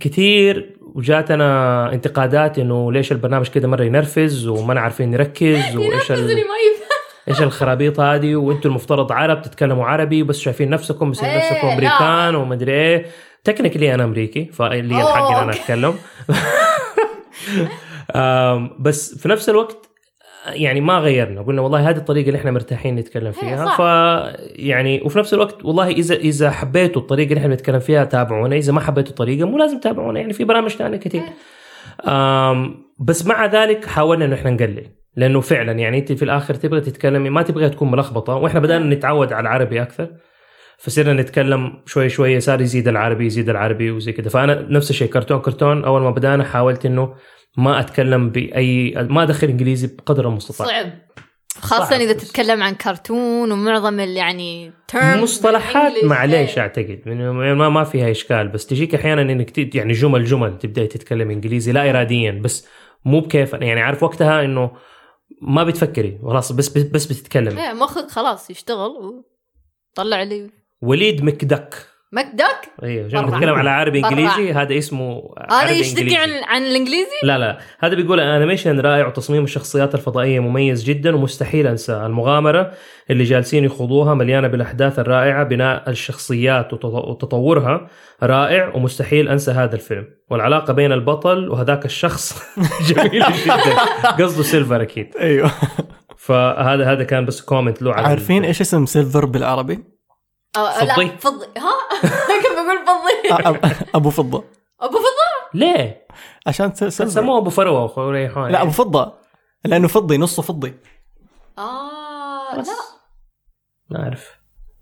Speaker 3: كثير وجاتنا انتقادات انه ليش البرنامج كده مره ينرفز وما عارفين نركز وايش
Speaker 2: ينرفزني
Speaker 3: ال...
Speaker 2: ما يفهم
Speaker 3: ايش الخرابيط هذه وانتم المفترض عرب تتكلموا عربي بس شايفين نفسكم بس
Speaker 2: إيه،
Speaker 3: نفسكم
Speaker 2: لا.
Speaker 3: امريكان ومدري ايه تكنيكلي انا امريكي فاللي
Speaker 2: أوه،
Speaker 3: الحق إن انا
Speaker 2: أوكي.
Speaker 3: اتكلم أم، بس في نفس الوقت يعني ما غيرنا قلنا والله هذه الطريقه اللي احنا مرتاحين نتكلم
Speaker 2: إيه،
Speaker 3: فيها
Speaker 2: صح.
Speaker 3: ف يعني وفي نفس الوقت والله اذا اذا حبيتوا الطريقه اللي احنا بنتكلم فيها تابعونا اذا ما حبيتوا الطريقه مو لازم تابعونا يعني في برامج ثانيه كثير
Speaker 2: إيه.
Speaker 3: أم بس مع ذلك حاولنا انه احنا نقلل لانه فعلا يعني انت في الاخر تبغى تتكلمي ما تبغى تكون ملخبطه واحنا بدانا نتعود على العربي اكثر فصرنا نتكلم شوي شوي صار يزيد العربي يزيد العربي وزي كذا فانا نفس الشيء كرتون كرتون اول ما بدانا حاولت انه ما اتكلم باي ما ادخل انجليزي بقدر المستطاع
Speaker 2: صعب خاصة
Speaker 3: صعب
Speaker 2: إذا
Speaker 3: بس.
Speaker 2: تتكلم عن كرتون ومعظم ال- يعني terms
Speaker 3: مصطلحات
Speaker 2: بالإنجليش. يعني.
Speaker 3: معليش يعني. اعتقد من- ما ما فيها اشكال بس تجيك احيانا انك ت- يعني جمل جمل تبداي تتكلم انجليزي لا اراديا بس مو بكيف يعني عارف وقتها انه ما بتفكري خلاص بس بس, بس بتتكلمي
Speaker 2: إيه، مخك خلاص يشتغل وطلع لي
Speaker 3: وليد مكدك
Speaker 2: مكدك
Speaker 3: ايوه عشان
Speaker 2: برع.
Speaker 3: بتكلم على عربي
Speaker 2: برع.
Speaker 3: انجليزي هذا اسمه
Speaker 2: هذا يعني؟
Speaker 3: عربي
Speaker 2: يشتكي
Speaker 3: إنجليزي.
Speaker 2: عن عن الإنجليزي
Speaker 3: لا لا هذا بيقول انيميشن رائع وتصميم الشخصيات الفضائيه مميز جدا ومستحيل انساه المغامره اللي جالسين يخوضوها مليانه بالاحداث الرائعه بناء الشخصيات وتط- وتطورها رائع ومستحيل انسى هذا الفيلم والعلاقه بين البطل وهذاك الشخص جميل جدا قصده سيلفر اكيد
Speaker 1: ايوه
Speaker 3: فهذا هذا كان بس كومنت له على
Speaker 1: عارفين ايش اسم سيلفر بالعربي؟
Speaker 2: آه، لا،
Speaker 3: فضي.
Speaker 2: فضي ها كيف بقول فضي
Speaker 1: آه، أب- ابو فضه
Speaker 2: أبو فضي
Speaker 3: ليه؟
Speaker 1: عشان س- سيلفر
Speaker 3: سموه ابو فروه واخو ريحان
Speaker 1: لا ابو فضه لانه فضي نصه فضي
Speaker 2: آه
Speaker 3: بس.
Speaker 2: لا
Speaker 3: ما اعرف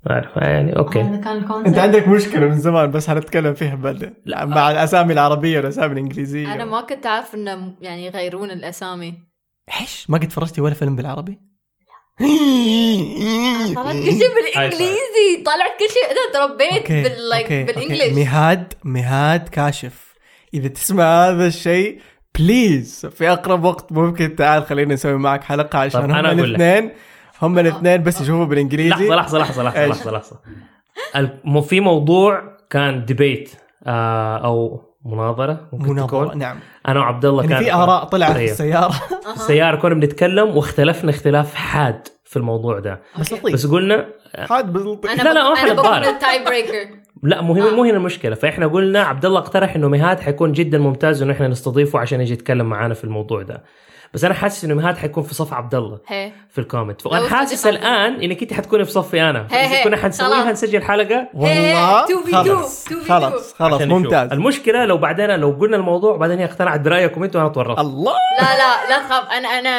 Speaker 3: ما اعرف يعني اوكي
Speaker 2: هذا كان
Speaker 1: انت
Speaker 2: الكونسيبت
Speaker 1: عندك مشكله من زمان بس حنتكلم فيها بعدين
Speaker 3: لا.
Speaker 1: مع الاسامي العربيه والاسامي الانجليزيه
Speaker 2: أنا ما كنت أعرف إنه م- يعني يغيرون الأسامي
Speaker 1: ايش ما قد فرجتي ولا فيلم بالعربي؟
Speaker 2: طلعت كل شيء بالإنجليزي
Speaker 3: أيوة،
Speaker 2: طلعت كل شيء أنا تربيت
Speaker 1: أوكي،
Speaker 2: بال like
Speaker 1: أوكي، أوكي.
Speaker 2: بالإنجليش
Speaker 1: مهاد مهاد كاشف اذا تسمع هذا الشيء بليز في اقرب وقت ممكن تعال خلينا نسوي معك حلقه عشان
Speaker 3: طب
Speaker 1: هم
Speaker 3: أنا أقول لك.
Speaker 1: الاثنين هم الاثنين بس يشوفوا بالانجليزي
Speaker 3: لحظه لحظه لحظه لحظه
Speaker 1: إيش؟
Speaker 3: لحظه لحظه الم- في موضوع كان ديبيت آه او مناظره ممكن
Speaker 1: مناظره
Speaker 3: تكون.
Speaker 1: نعم
Speaker 3: انا وعبد الله
Speaker 1: يعني
Speaker 3: كان
Speaker 1: في اراء طلعت في
Speaker 3: أيوه.
Speaker 1: السياره
Speaker 3: السياره كنا بنتكلم واختلفنا اختلاف حاد في الموضوع ده
Speaker 1: بس
Speaker 3: بس
Speaker 1: لطيف
Speaker 3: قلنا
Speaker 1: حاد بس لطيف
Speaker 2: أنا
Speaker 3: لا،
Speaker 2: بق-
Speaker 3: لا، ما إحنا
Speaker 2: أنا بقول
Speaker 3: بارد.
Speaker 2: التاي بريكر
Speaker 3: لا مو
Speaker 1: آه.
Speaker 3: هي- مو هنا المشكله فاحنا قلنا عبد الله اقترح انه مهاد حيكون جدا ممتاز انه احنا نستضيفه عشان يجي يتكلم معانا في الموضوع ده بس انا حاسس انه مهاد حيكون في صف عبد الله
Speaker 2: هي
Speaker 3: في الكومنت فانا
Speaker 2: لو
Speaker 3: حاسس
Speaker 2: استضيفت-
Speaker 3: الان انك انت حتكوني في صفي انا
Speaker 2: هي هي،
Speaker 3: كنا حنسويها
Speaker 2: خلاص.
Speaker 3: نسجل حلقه
Speaker 1: والله
Speaker 2: إيه، two v two،
Speaker 1: خلاص
Speaker 2: two v two.
Speaker 1: خلاص خلاص
Speaker 3: عشان نشوف.
Speaker 1: ممتاز
Speaker 3: المشكله لو بعدين لو قلنا الموضوع بعدين هي اقتنعت برايكم انتوا انا تورطت
Speaker 1: الله
Speaker 2: لا لا لا تخاف انا انا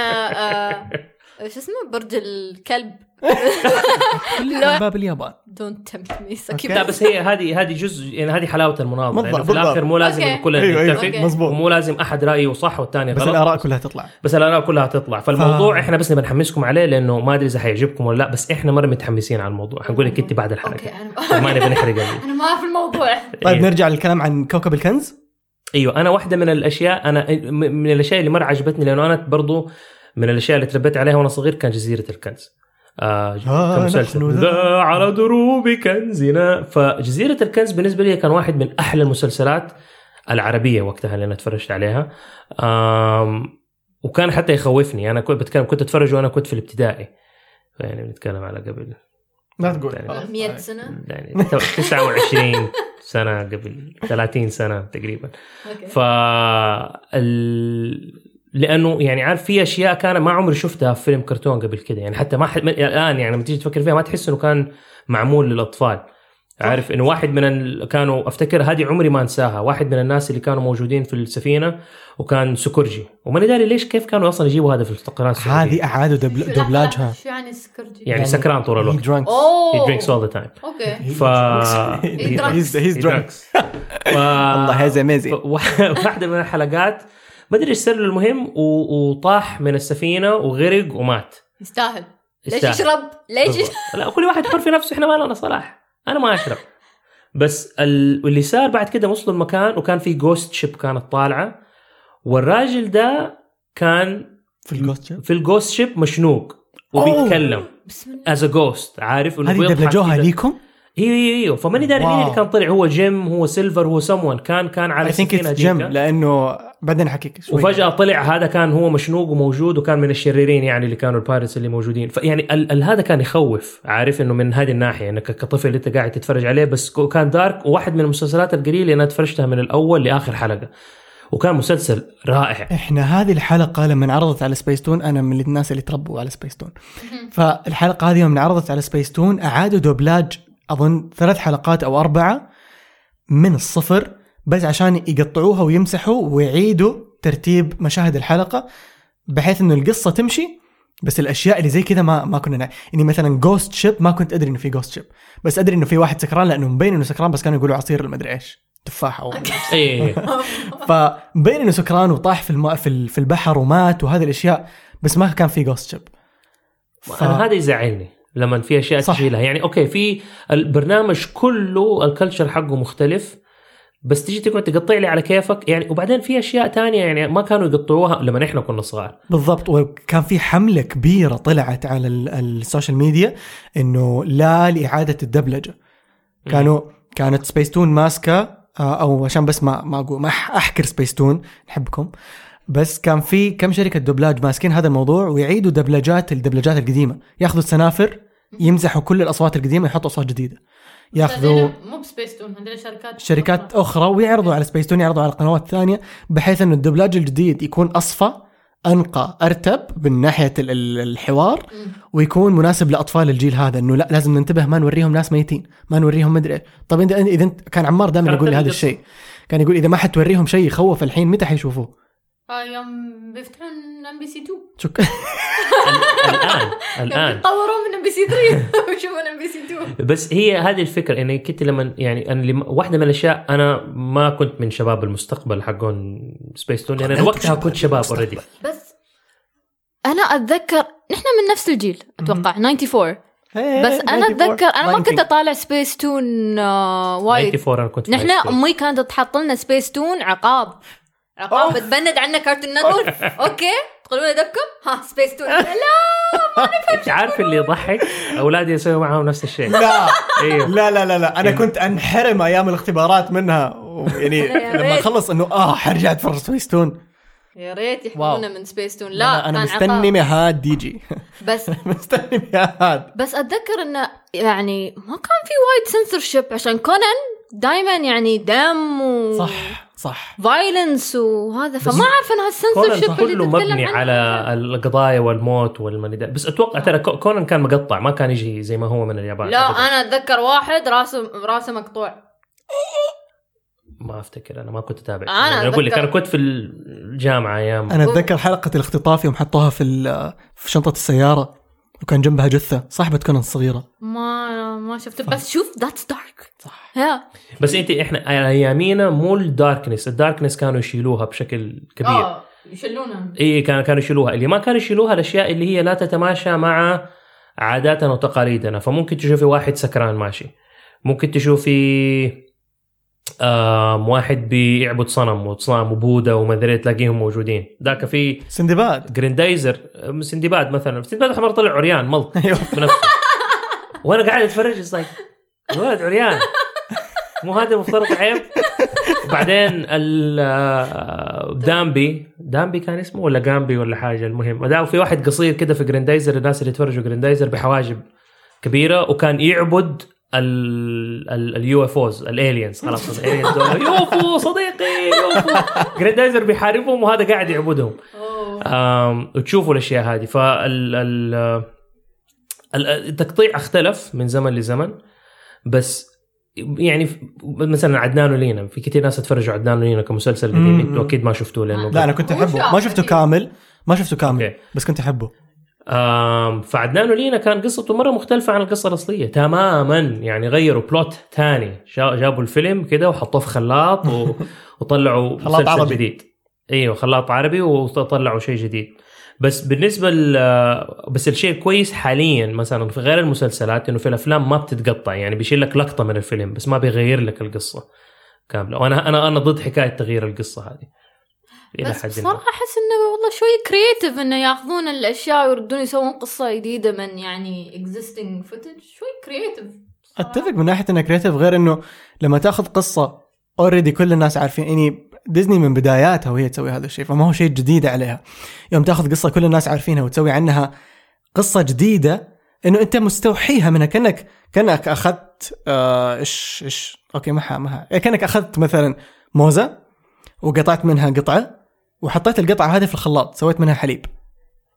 Speaker 2: آه، شو اسمه برج الكلب
Speaker 1: كلها باب اليابان
Speaker 2: دونت تمت مي
Speaker 3: لا
Speaker 2: سكيب
Speaker 3: بس هي هذه هذه جزء يعني هذه حلاوه المناظره
Speaker 1: بالضبط،
Speaker 3: يعني في الاخر
Speaker 1: بالضبط.
Speaker 3: مو لازم
Speaker 2: أوكي.
Speaker 3: الكل
Speaker 1: ايوه
Speaker 3: يتفق
Speaker 2: أوكي.
Speaker 1: ايوه مزبوط
Speaker 3: ومو لازم احد رايه صح والثاني
Speaker 1: بس
Speaker 3: غلط
Speaker 1: الاراء كلها تطلع
Speaker 3: بس الاراء كلها هتطلع فالموضوع احنا بس نبي نحمسكم عليه لانه ما ادري اذا حيعجبكم ولا لا بس احنا مره متحمسين على الموضوع حنقول لك انت بعد
Speaker 2: اوكي
Speaker 3: الحلقه
Speaker 2: انا
Speaker 3: ما نبي نحرق ال-
Speaker 2: انا ما في الموضوع
Speaker 1: طيب
Speaker 3: إيه.
Speaker 1: نرجع للكلام عن كوكب الكنز
Speaker 3: ايوه انا واحده من الاشياء انا م- من الاشياء اللي مره عجبتني لانه انا برضو من الاشياء اللي تربيت عليها وانا صغير كان جزيره الكنز آه
Speaker 1: آه، نحن
Speaker 3: كمسلسل
Speaker 1: ذا.
Speaker 3: ذا على دروب كنزنا فجزيره الكنز بالنسبه لي كان واحد من احلى المسلسلات العربيه وقتها اللي انا اتفرجت عليها آم وكان حتى يخوفني انا كنت بتكلم كنت اتفرج وانا كنت في الابتدائي يعني بنتكلم على قبل
Speaker 1: لا
Speaker 3: يعني-
Speaker 1: تقول
Speaker 2: 100 سنه
Speaker 3: يعني 29 سنه قبل 30 سنه تقريبا
Speaker 2: اوكي
Speaker 3: ف ال... لانه يعني عارف في اشياء كان ما عمري شفتها في فيلم كرتون قبل كده يعني حتى ما ح... من- الان يعني لما تيجي تفكر فيها ما تحس انه كان معمول للاطفال عارف انه واحد من ال... كانوا افتكر هذه عمري ما انساها واحد من الناس اللي كانوا موجودين في السفينه وكان سكرجي وماني داري ليش كيف كانوا اصلا يجيبوا هذا في القناه السعودية.
Speaker 1: هذه اعادوا دبل- دبلاجها
Speaker 2: شو يعني سكرجي
Speaker 3: يعني سكران طول الوقت.
Speaker 1: He drank.
Speaker 3: he
Speaker 2: اوه
Speaker 3: drinks all the time
Speaker 2: اوكي
Speaker 3: ف
Speaker 2: He drinks.
Speaker 1: He's- he's
Speaker 3: He آه،
Speaker 1: drunk.
Speaker 3: drinks. ف-
Speaker 1: الله هذا amazing
Speaker 3: ف- واحده من الحلقات ما ادري ايش سر له المهم و- وطاح من السفينه وغرق ومات
Speaker 2: يستاهل ليش
Speaker 3: يستاهل.
Speaker 2: يشرب؟ ليش
Speaker 3: بالضبط.
Speaker 2: يشرب؟
Speaker 3: لا كل واحد حر في نفسه احنا ما لنا صلاح انا ما اشرب بس ال- واللي صار بعد كده وصلوا المكان وكان في جوست شيب كانت طالعه والراجل ده كان
Speaker 1: في الجوست شيب
Speaker 3: في الجوست شيب مشنوق وبيتكلم
Speaker 2: بسم الله
Speaker 3: از جوست عارف إنه
Speaker 1: هذه
Speaker 3: بيضحك
Speaker 1: دبلجوها
Speaker 3: كده.
Speaker 1: ليكم؟
Speaker 3: ايوه ايوه ايوه فماني داري مين
Speaker 1: واو.
Speaker 3: اللي كان طلع هو جيم هو سيلفر هو سمون كان كان على
Speaker 1: اي ثينك اتس
Speaker 3: السفينه
Speaker 1: جيم
Speaker 3: هذيك.
Speaker 1: لانه بعدين احكيك شوي
Speaker 3: وفجاه طلع هذا كان هو مشنوق وموجود وكان من الشريرين يعني اللي كانوا البايرتس اللي موجودين فيعني ال- ال- هذا كان يخوف عارف انه من هذه الناحيه انك كطفل انت قاعد تتفرج عليه بس كو- كان دارك وواحد من المسلسلات القليله اللي انا تفرجتها من الاول لاخر حلقه وكان مسلسل رائع
Speaker 1: احنا هذه الحلقه لما انعرضت على سبيس تون انا من الناس اللي تربوا على سبيس تون فالحلقه هذه يوم انعرضت على سبيس تون اعادوا دوبلاج اظن ثلاث حلقات او اربعه من الصفر بس عشان يقطعوها ويمسحوا ويعيدوا ترتيب مشاهد الحلقه بحيث انه القصه تمشي بس الاشياء اللي زي كذا ما ما كنا نع... يعني مثلا جوست شيب ما كنت ادري انه في جوست شيب بس ادري انه في واحد سكران لانه مبين انه سكران بس كانوا يقولوا عصير المدري ايش تفاحه او
Speaker 3: اي
Speaker 1: فبين انه سكران وطاح في الماء في ال- في البحر ومات وهذه الاشياء بس ما كان في جوست شيب
Speaker 3: انا هذا يزعلني لما في اشياء
Speaker 1: صح.
Speaker 3: تشيلها يعني اوكي في البرنامج كله الكلتشر حقه مختلف بس تيجي تقعد تقطع لي على كيفك يعني وبعدين في اشياء تانية يعني ما كانوا يقطعوها لما احنا كنا صغار
Speaker 1: بالضبط وكان في حمله كبيره طلعت على ال- السوشيال ميديا انه لا لاعاده الدبلجه كانوا كانت سبيس تون ماسكه آه، او عشان بس ما ما اقول ما أح- احكر سبيس تون نحبكم بس كان في كم شركه دبلاج ماسكين هذا الموضوع ويعيدوا دبلجات الدبلجات القديمه ياخذوا السنافر يمزحوا كل الاصوات القديمه يحطوا اصوات جديده ياخذوا
Speaker 5: هذيلا مو بسبيس تون هذول شركات
Speaker 1: شركات اخرى ويعرضوا على سبيس تون يعرضوا على القنوات الثانيه بحيث انه الدبلاج الجديد يكون اصفى انقى ارتب من ناحيه ال- ال- الحوار ويكون مناسب لاطفال الجيل هذا انه لا لازم ننتبه ما نوريهم ناس ميتين ما نوريهم مدري إيه. طب إذا- اذا انت كان عمار دائما
Speaker 3: كان
Speaker 1: يقول لي هذا
Speaker 3: تلقط.
Speaker 1: الشيء كان يقول اذا ما حتوريهم شيء يخوف الحين متى حيشوفوه
Speaker 5: آه، يوم بيفتحون ام بي سي 2
Speaker 1: شك...
Speaker 3: الان
Speaker 5: يوم
Speaker 2: يعني
Speaker 3: الان
Speaker 5: بيتطوروا من ام بي سي 3 ويشوفون ام بي سي 2
Speaker 3: بس هي هذه الفكره اني كنت لما يعني انا لما- واحده من الاشياء انا ما كنت من شباب المستقبل حقون سبيس تون يعني انا
Speaker 4: قناة
Speaker 3: وقتها كنت شباب اوريدي
Speaker 2: بس انا اتذكر نحن من نفس الجيل اتوقع 94
Speaker 1: إيه،
Speaker 2: بس انا اتذكر انا ما كنت اطالع سبيس تون آه، وايد
Speaker 3: 94 انا كنت في
Speaker 2: نحن
Speaker 3: high school.
Speaker 2: امي كانت تحط لنا سبيس تون عقاب عقاب تبند عنا كارتون نتورك اوكي تقولون دبكم ها سبيس تون لا
Speaker 3: انت عارف اللي يضحك اولادي يسوي معاهم نفس الشيء
Speaker 1: لا
Speaker 3: ايوه
Speaker 1: لا لا لا لا انا كنت انحرم ايام الاختبارات منها يعني
Speaker 2: يا
Speaker 1: لما
Speaker 2: ريت.
Speaker 1: اخلص انه اه حرجع اتفرج سبيس تون
Speaker 2: يا ريت
Speaker 1: واو.
Speaker 2: يحكونا من سبيس تون لا
Speaker 1: لا
Speaker 2: كان
Speaker 1: انا مستني
Speaker 2: عقاب
Speaker 1: مهاد يجي
Speaker 2: بس
Speaker 1: مستني مهاد
Speaker 2: بس اتذكر انه يعني ما كان في وايد سنسورشيب عشان كونان دائما يعني دم و
Speaker 1: صح صح
Speaker 2: فايلنس وهذا فما اعرف ان
Speaker 3: كونان
Speaker 2: هالسنسورشيب اللي
Speaker 3: كله
Speaker 2: تتكلم
Speaker 3: مبني
Speaker 2: عنه
Speaker 3: على القضايا والموت والمني ده. بس اتوقع ترى كو- كونان كان مقطع ما كان يجي زي ما هو من اليابان
Speaker 2: لا
Speaker 3: أبداً.
Speaker 2: انا اتذكر واحد راسه راسه مقطوع
Speaker 3: ما افتكر انا ما كنت اتابع
Speaker 2: أنا
Speaker 3: انا اقول لك
Speaker 2: أتذكر-
Speaker 3: انا كنت في الجامعه ايام
Speaker 1: انا اتذكر حلقه الاختطاف يوم حطوها في ال- في شنطه السياره وكان جنبها جثه صاحبه كونان الصغيره
Speaker 2: ما ما شفته بس شوف ذاتس دارك
Speaker 1: صح
Speaker 2: يا
Speaker 3: بس انت احنا ايامينا مو الداركنس الداركنس كانوا يشيلوها بشكل كبير
Speaker 2: آه.
Speaker 5: اه يشلونها
Speaker 3: اي كان كانوا يشيلوها اللي ما كانوا يشيلوها الاشياء اللي هي لا تتماشى مع عاداتنا وتقاليدنا فممكن تشوفي واحد سكران ماشي ممكن تشوفي آم واحد بيعبد صنم وصنم وبوذا وما ادري تلاقيهم موجودين ذاك في
Speaker 1: سندباد
Speaker 3: جريندايزر آم، سندباد مثلا سندباد الحمر طلع عريان ملط
Speaker 1: ايوه
Speaker 3: بنفسه وانا قاعد اتفرج اتس لايك الولد عريان مو هذا المفترض عيب وبعدين ال- آه، دامبي دامبي كان اسمه ولا جامبي ولا حاجه المهم ده في واحد قصير كده في جريندايزر الناس اللي يتفرجوا جريندايزر بحواجب كبيره وكان يعبد اليو اف اوز الالينز خلاص الالينز يوفو صديقي يوفو جريندايزر بيحاربهم وهذا قاعد يعبدهم
Speaker 5: اوه
Speaker 3: آه، آم، وتشوفوا الاشياء هذه فال ال- ال- التقطيع اختلف من زمن لزمن بس يعني ف- مثلا عدنان ولينا في كثير ناس تفرجوا عدنان ولينا كمسلسل قديم
Speaker 1: مم.
Speaker 3: انتوا اكيد ما شفتوه لانه
Speaker 1: لا انا كنت
Speaker 5: هو
Speaker 1: احبه
Speaker 5: شاف
Speaker 1: ما شفته
Speaker 2: يعني؟
Speaker 5: أكيد.
Speaker 1: كامل ما شفته كامل
Speaker 3: أوكي.
Speaker 1: بس كنت احبه
Speaker 3: آم، فعدنان ولينا كان قصته مره مختلفه عن القصه الاصليه تماما يعني غيروا بلوت ثاني جابوا الفيلم كده وحطوه في خلاط و... وطلعوا
Speaker 1: خلاط
Speaker 3: مسلسل
Speaker 1: عربي.
Speaker 3: جديد ايوه خلاط عربي وطلعوا شيء جديد بس بالنسبه ل... بس الشيء الكويس حاليا مثلا في غير المسلسلات انه في الافلام ما بتتقطع يعني بيشيل لك لقطه من الفيلم بس ما بيغير لك القصه كامله وانا انا انا ضد حكايه تغيير القصه هذه الى
Speaker 2: بس
Speaker 3: حد ما
Speaker 2: بصراحه احس انه والله شوي كرييتيف انه ياخذون الاشياء ويردون يسوون قصه جديده من يعني اكزيستنج فوتج شوي كرييتيف
Speaker 1: اتفق من ناحيه انه كريتيف غير انه لما تاخذ قصه اوريدي كل الناس عارفين اني ديزني من بداياتها وهي تسوي هذا الشيء فما هو شيء جديد عليها يوم تاخذ قصه كل الناس عارفينها وتسوي عنها قصه جديده انه انت مستوحيها منها كانك كانك اخذت آه، ايش ايش اوكي ما ح- ما ح- إيه، كانك اخذت مثلا موزه وقطعت منها قطعه وحطيت القطعه هذه في الخلاط سويت منها حليب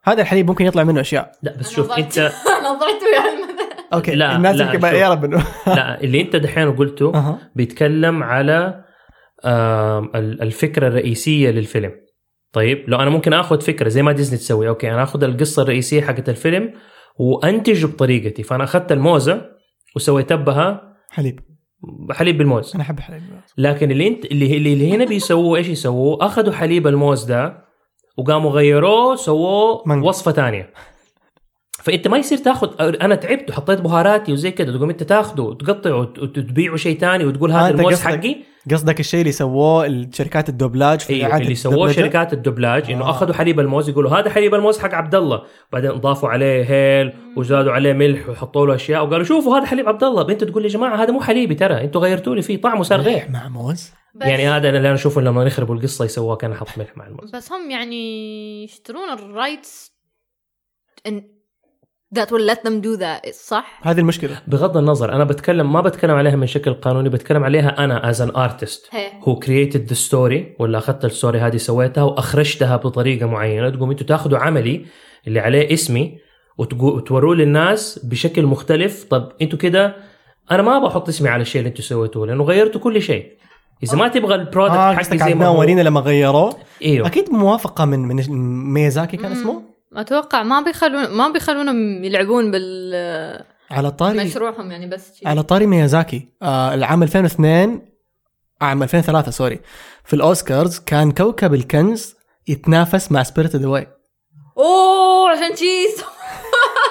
Speaker 1: هذا الحليب ممكن يطلع منه اشياء
Speaker 3: لا بس
Speaker 5: أنا
Speaker 3: شوف
Speaker 5: ضعت.
Speaker 3: انت
Speaker 5: انا ضعت ويا المدى
Speaker 1: اوكي
Speaker 3: لا،
Speaker 1: الناس
Speaker 3: لا،
Speaker 1: يمكن
Speaker 3: شوف.
Speaker 1: يا رب انه
Speaker 3: لا اللي انت دحين قلته
Speaker 1: أها.
Speaker 3: بيتكلم على آم، ال- الفكره الرئيسيه للفيلم طيب لو انا ممكن اخذ فكره زي ما ديزني تسوي اوكي انا اخذ القصه الرئيسيه حقت الفيلم وانتجه بطريقتي فانا اخذت الموزه وسويت بها
Speaker 1: حليب
Speaker 3: حليب بالموز
Speaker 1: انا احب الحليب
Speaker 3: لكن اللي انت اللي, اللي هنا بيسووا ايش يسووا اخذوا حليب الموز ده وقاموا غيروه سووه
Speaker 1: مانجا.
Speaker 3: وصفه تانية فانت ما يصير تاخذ انا تعبت وحطيت بهاراتي وزي كده تقوم انت تاخده وتقطعه وت- وتبيعه شيء تاني وتقول
Speaker 1: آه،
Speaker 3: هذا
Speaker 1: أنت
Speaker 3: الموز
Speaker 1: قصدك
Speaker 3: حقي
Speaker 1: قصدك الشيء اللي سووه شركات الدبلاج في
Speaker 3: ايوه
Speaker 1: إعادة
Speaker 3: اللي سووه
Speaker 1: الدبلجة؟
Speaker 3: شركات الدبلاج انه
Speaker 1: آه.
Speaker 3: اخذوا حليب الموز يقولوا هذا حليب الموز حق عبد الله بعدين ضافوا عليه هيل وزادوا عليه ملح وحطوا له اشياء وقالوا شوفوا هذا حليب عبد الله بنت تقول يا جماعه هذا مو حليبي ترى انتوا غيرتوا لي فيه طعمه صار غير
Speaker 1: ملح مع موز
Speaker 5: بس-
Speaker 3: يعني هذا اللي انا اشوفه لما يخربوا القصه يسووها كان حط ملح مع الموز
Speaker 2: بس هم يعني يشترون الرايتس and that will let them do that صح؟
Speaker 1: هذه المشكله
Speaker 3: بغض النظر انا بتكلم ما بتكلم عليها من شكل قانوني بتكلم عليها انا از ان ارتست
Speaker 2: هي
Speaker 3: هو كرييتد ذا ستوري ولا اخذت الستوري هذه سويتها واخرجتها بطريقه معينه تقوم انتوا تاخذوا عملي اللي عليه اسمي وتقو- وتوروه للناس بشكل مختلف طب انتوا كده انا ما بحط اسمي على الشيء اللي انتوا سويتوه لانه غيرتوا كل شيء اذا ما تبغى البرودكت
Speaker 1: اه
Speaker 3: حقي
Speaker 1: قصدك
Speaker 3: زي ما
Speaker 1: عدنان
Speaker 3: هو
Speaker 1: ورينا لما غيروه
Speaker 3: ايوه
Speaker 1: اكيد موافقه من من ميازاكي كان اسمه
Speaker 2: اتوقع ما بيخلون ما بيخلونهم يلعبون بال
Speaker 1: على طاري
Speaker 2: مشروعهم يعني بس شي.
Speaker 1: على طاري ميازاكي آه العام 2002 عام 2003 سوري في الاوسكارز كان كوكب الكنز يتنافس مع سبيريت دواي
Speaker 2: اوه عشان شي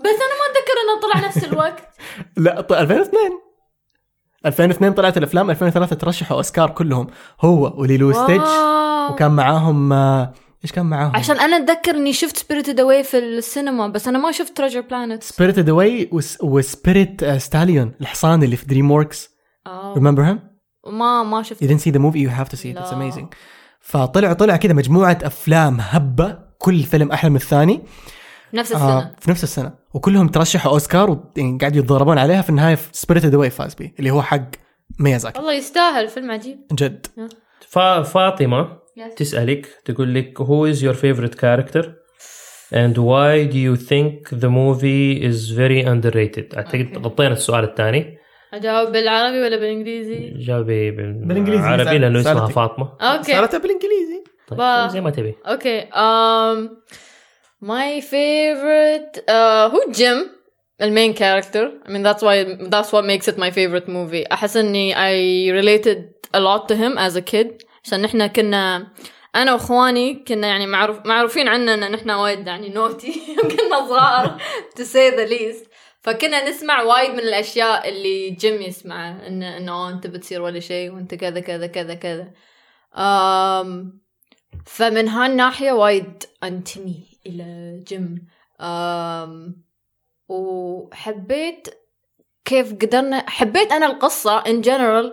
Speaker 5: بس انا ما اتذكر انه طلع نفس الوقت
Speaker 1: لا ط- 2002 2002 طلعت الافلام 2003 ترشحوا اوسكار كلهم هو وليلو ستيتش
Speaker 2: واو.
Speaker 1: وكان معاهم آه، ايش كان معاهم
Speaker 2: عشان انا اتذكر اني شفت سبيريتد اواي في السينما بس انا ما شفت تريجر بلانت
Speaker 1: سبيريت دواي وسبيريت ستاليون uh, الحصان اللي في دريم وركس remember him
Speaker 2: آه، ما ما شفت
Speaker 1: you didn't see the movie you have to see it it's
Speaker 2: لا.
Speaker 1: amazing فطلع طلع كده مجموعه افلام هبه كل فيلم احلى من الثاني
Speaker 2: نفس
Speaker 1: آه.
Speaker 2: السنه
Speaker 1: في نفس السنه وكلهم ترشحوا اوسكار وقاعد يتضاربون عليها في النهايه سبيريت دواي فاز به اللي هو حق ميازاكي
Speaker 2: والله يستاهل فيلم عجيب
Speaker 1: جد
Speaker 3: ففاطمه
Speaker 5: Yes.
Speaker 3: تسالك تقول لك who is your favorite character and why do you think the movie is very underrated اعتقد
Speaker 5: Okay.
Speaker 3: غطينا السؤال الثاني
Speaker 5: اجاوب بالعربي ولا
Speaker 3: إيه.
Speaker 5: بالانجليزي؟
Speaker 3: جابي
Speaker 1: بالإنجليزي،
Speaker 3: بالانجليزي عربي
Speaker 1: سأل-
Speaker 3: لانه اسمها
Speaker 1: سألتك.
Speaker 3: فاطمه
Speaker 5: اوكي
Speaker 1: صارت بالانجليزي
Speaker 3: طيب
Speaker 5: با-
Speaker 3: زي ما تبي
Speaker 5: اوكي
Speaker 2: Um,
Speaker 5: ام
Speaker 2: ماي فيفورت uh, هو جيم المين كاركتر I mean that's why that's what makes it my favorite movie احس اني I related a lot to him as a kid عشان نحنا كنا انا واخواني كنا يعني معروف معروفين عنا ان نحنا وايد يعني نوتي كنا صغار to say the least فكنا نسمع وايد من الاشياء اللي جيم يسمعها انه انه آه، انت بتصير ولا شيء وانت كذا كذا كذا كذا أم فمن هالناحية وايد أنتمي إلى جيم أم وحبيت كيف قدرنا حبيت أنا القصة in general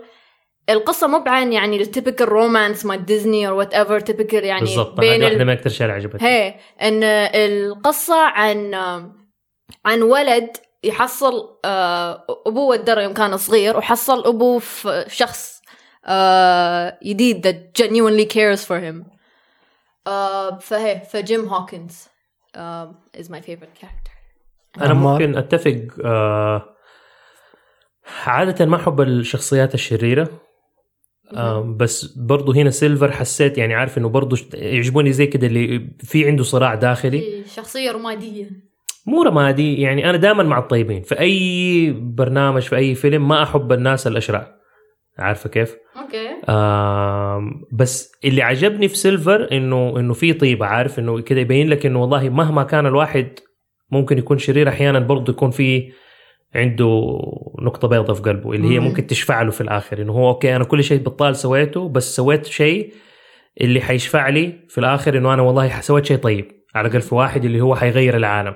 Speaker 2: القصة مو بعن يعني التيبكال رومانس مال ديزني أو وات ايفر تيبكال يعني
Speaker 3: بالضبط انا
Speaker 2: بين
Speaker 3: هذه
Speaker 2: ال-
Speaker 3: واحده من اكثر شيء اللي عجبتني
Speaker 2: هي ان القصه عن عن ولد يحصل آه، ابوه ودره يوم كان صغير وحصل ابوه في شخص آه، جديد that genuinely cares for him آه، فهي فجيم هوكنز آه، is my favorite character
Speaker 3: انا
Speaker 1: عمار.
Speaker 3: ممكن اتفق آه عاده ما احب الشخصيات الشريره آه بس برضو هنا سيلفر حسيت يعني عارف انه برضو ش- يعجبوني زي كده اللي في عنده صراع
Speaker 2: إيه.
Speaker 3: داخلي
Speaker 5: شخصية رمادية
Speaker 3: مو رمادي يعني انا دائما مع الطيبين في اي برنامج في اي فيلم ما احب الناس الاشرار عارفه كيف؟
Speaker 5: اوكي
Speaker 3: آم، بس اللي عجبني في سيلفر انه انه في طيبه عارف انه كده يبين لك انه والله مهما كان الواحد ممكن يكون شرير احيانا برضه يكون في عنده نقطه بيضاء في قلبه اللي هي
Speaker 2: مم.
Speaker 3: ممكن تشفع له في الاخر انه هو اوكي انا كل شيء بالطال سويته بس سويت شيء اللي حيشفع لي في الاخر انه انا والله سويت شيء طيب على الاقل في واحد اللي هو حيغير العالم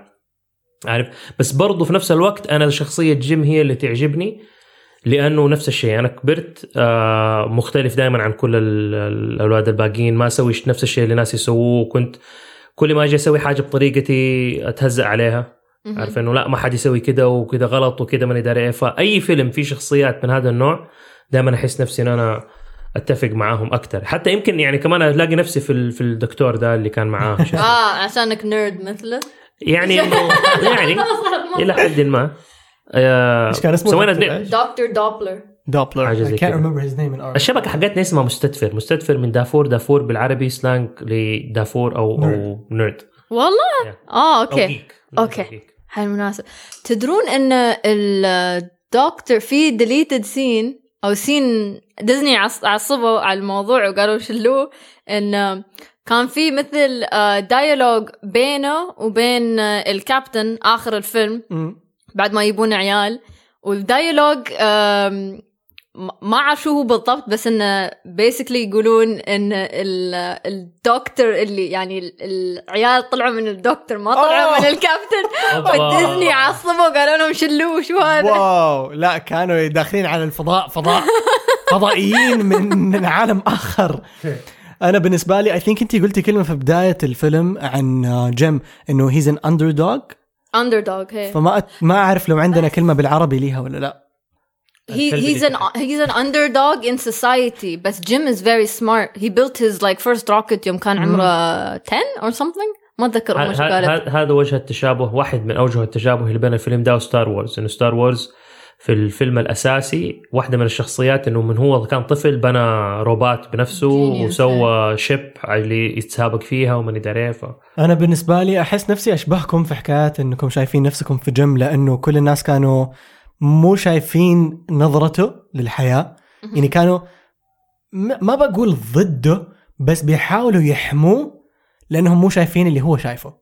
Speaker 3: عارف بس برضه في نفس الوقت انا شخصيه جيم هي اللي تعجبني لانه نفس الشيء انا كبرت آه، مختلف دائما عن كل ال- الاولاد الباقيين ما اسوي نفس الشيء اللي الناس يسووه كنت كل ما اجي اسوي حاجه بطريقتي اتهزأ عليها
Speaker 2: مهم.
Speaker 3: عارف انه لا ما حد يسوي كده وكده إيه. غلط وكده ماني داري ايه فاي فيلم فيه شخصيات من هذا النوع دائما احس نفسي ان انا اتفق معاهم اكثر حتى يمكن يعني كمان الاقي نفسي في ال- في الدكتور ده اللي كان معاه شاف.
Speaker 2: اه عشانك نيرد مثله
Speaker 3: يعني انه يعني الى حد ما آه،
Speaker 1: إيش كان اسمه؟
Speaker 3: سوينا
Speaker 1: دكتور
Speaker 3: اثنين
Speaker 1: إيش؟
Speaker 2: دكتور دوبلر
Speaker 1: دوبلر
Speaker 3: حاجة زي
Speaker 1: I can't
Speaker 3: كده.
Speaker 1: remember his name in Arabic
Speaker 3: الشبكه حقتنا اسمها مستدفر مستدفر من دافور دافور بالعربي سلانج لدافور او او نيرد
Speaker 2: والله
Speaker 3: Yeah.
Speaker 2: اه
Speaker 3: أو
Speaker 2: اوكي
Speaker 3: geek. نيرد أو
Speaker 2: أوكي.
Speaker 3: geek.
Speaker 2: هاي المناسبة تدرون ان الدكتور في ديليتد سين او سين ديزني عص- عصبوا على الموضوع وقالوا شلوه ان كان في مثل دايالوج بينه وبين آه، الكابتن اخر الفيلم
Speaker 1: مم.
Speaker 2: بعد ما يبون عيال والدايلوج آم، ما- ما اعرف شو هو بالضبط بس انه بيسكلي يقولون ان ال- الدكتور اللي يعني ال- العيال طلعوا من الدكتور ما طلعوا
Speaker 1: أوه.
Speaker 2: من الكابتن
Speaker 3: أوبا.
Speaker 2: فديزني عصبوا قالوا لهم شلوه شو هذا
Speaker 1: واو لا كانوا داخلين على الفضاء فضاء فضائيين من من عالم اخر انا بالنسبه لي اي ثينك انت قلتي كلمه في بدايه الفيلم عن آه، جيم انه هيز ان اندر دوغ
Speaker 2: اندر دوغ هي
Speaker 1: فما أت... ما اعرف لو عندنا كلمه بالعربي ليها ولا لا
Speaker 3: الكلب
Speaker 2: هيز
Speaker 3: اللي
Speaker 2: ان هيز ان اندر دوغ ان سوسايتي بس جيم از فيري سمارت هي بيلت هيز لايك فيرست روكت يوم كان عمره 10 اور something ما اتذكر
Speaker 3: ه-
Speaker 2: أمه شو
Speaker 3: ه-
Speaker 2: طيب، قالت
Speaker 3: ه- هذا وجه التشابه واحد من اوجه التشابه اللي بين الفيلم ده وستار وورز انه ستار وورز في الفيلم الاساسي واحده من الشخصيات انه من هو كان طفل بنى روبات بنفسه
Speaker 2: Genius.
Speaker 3: وسوى شيب اللي يتسابق فيها ومن يدري إيه، ف-
Speaker 1: انا بالنسبه لي احس نفسي اشبهكم في حكايه انكم شايفين نفسكم في جيم لانه كل الناس كانوا مو شايفين نظرته للحياه يعني كانوا م- ما بقول ضده بس بيحاولوا يحموه لانهم مو شايفين اللي هو شايفه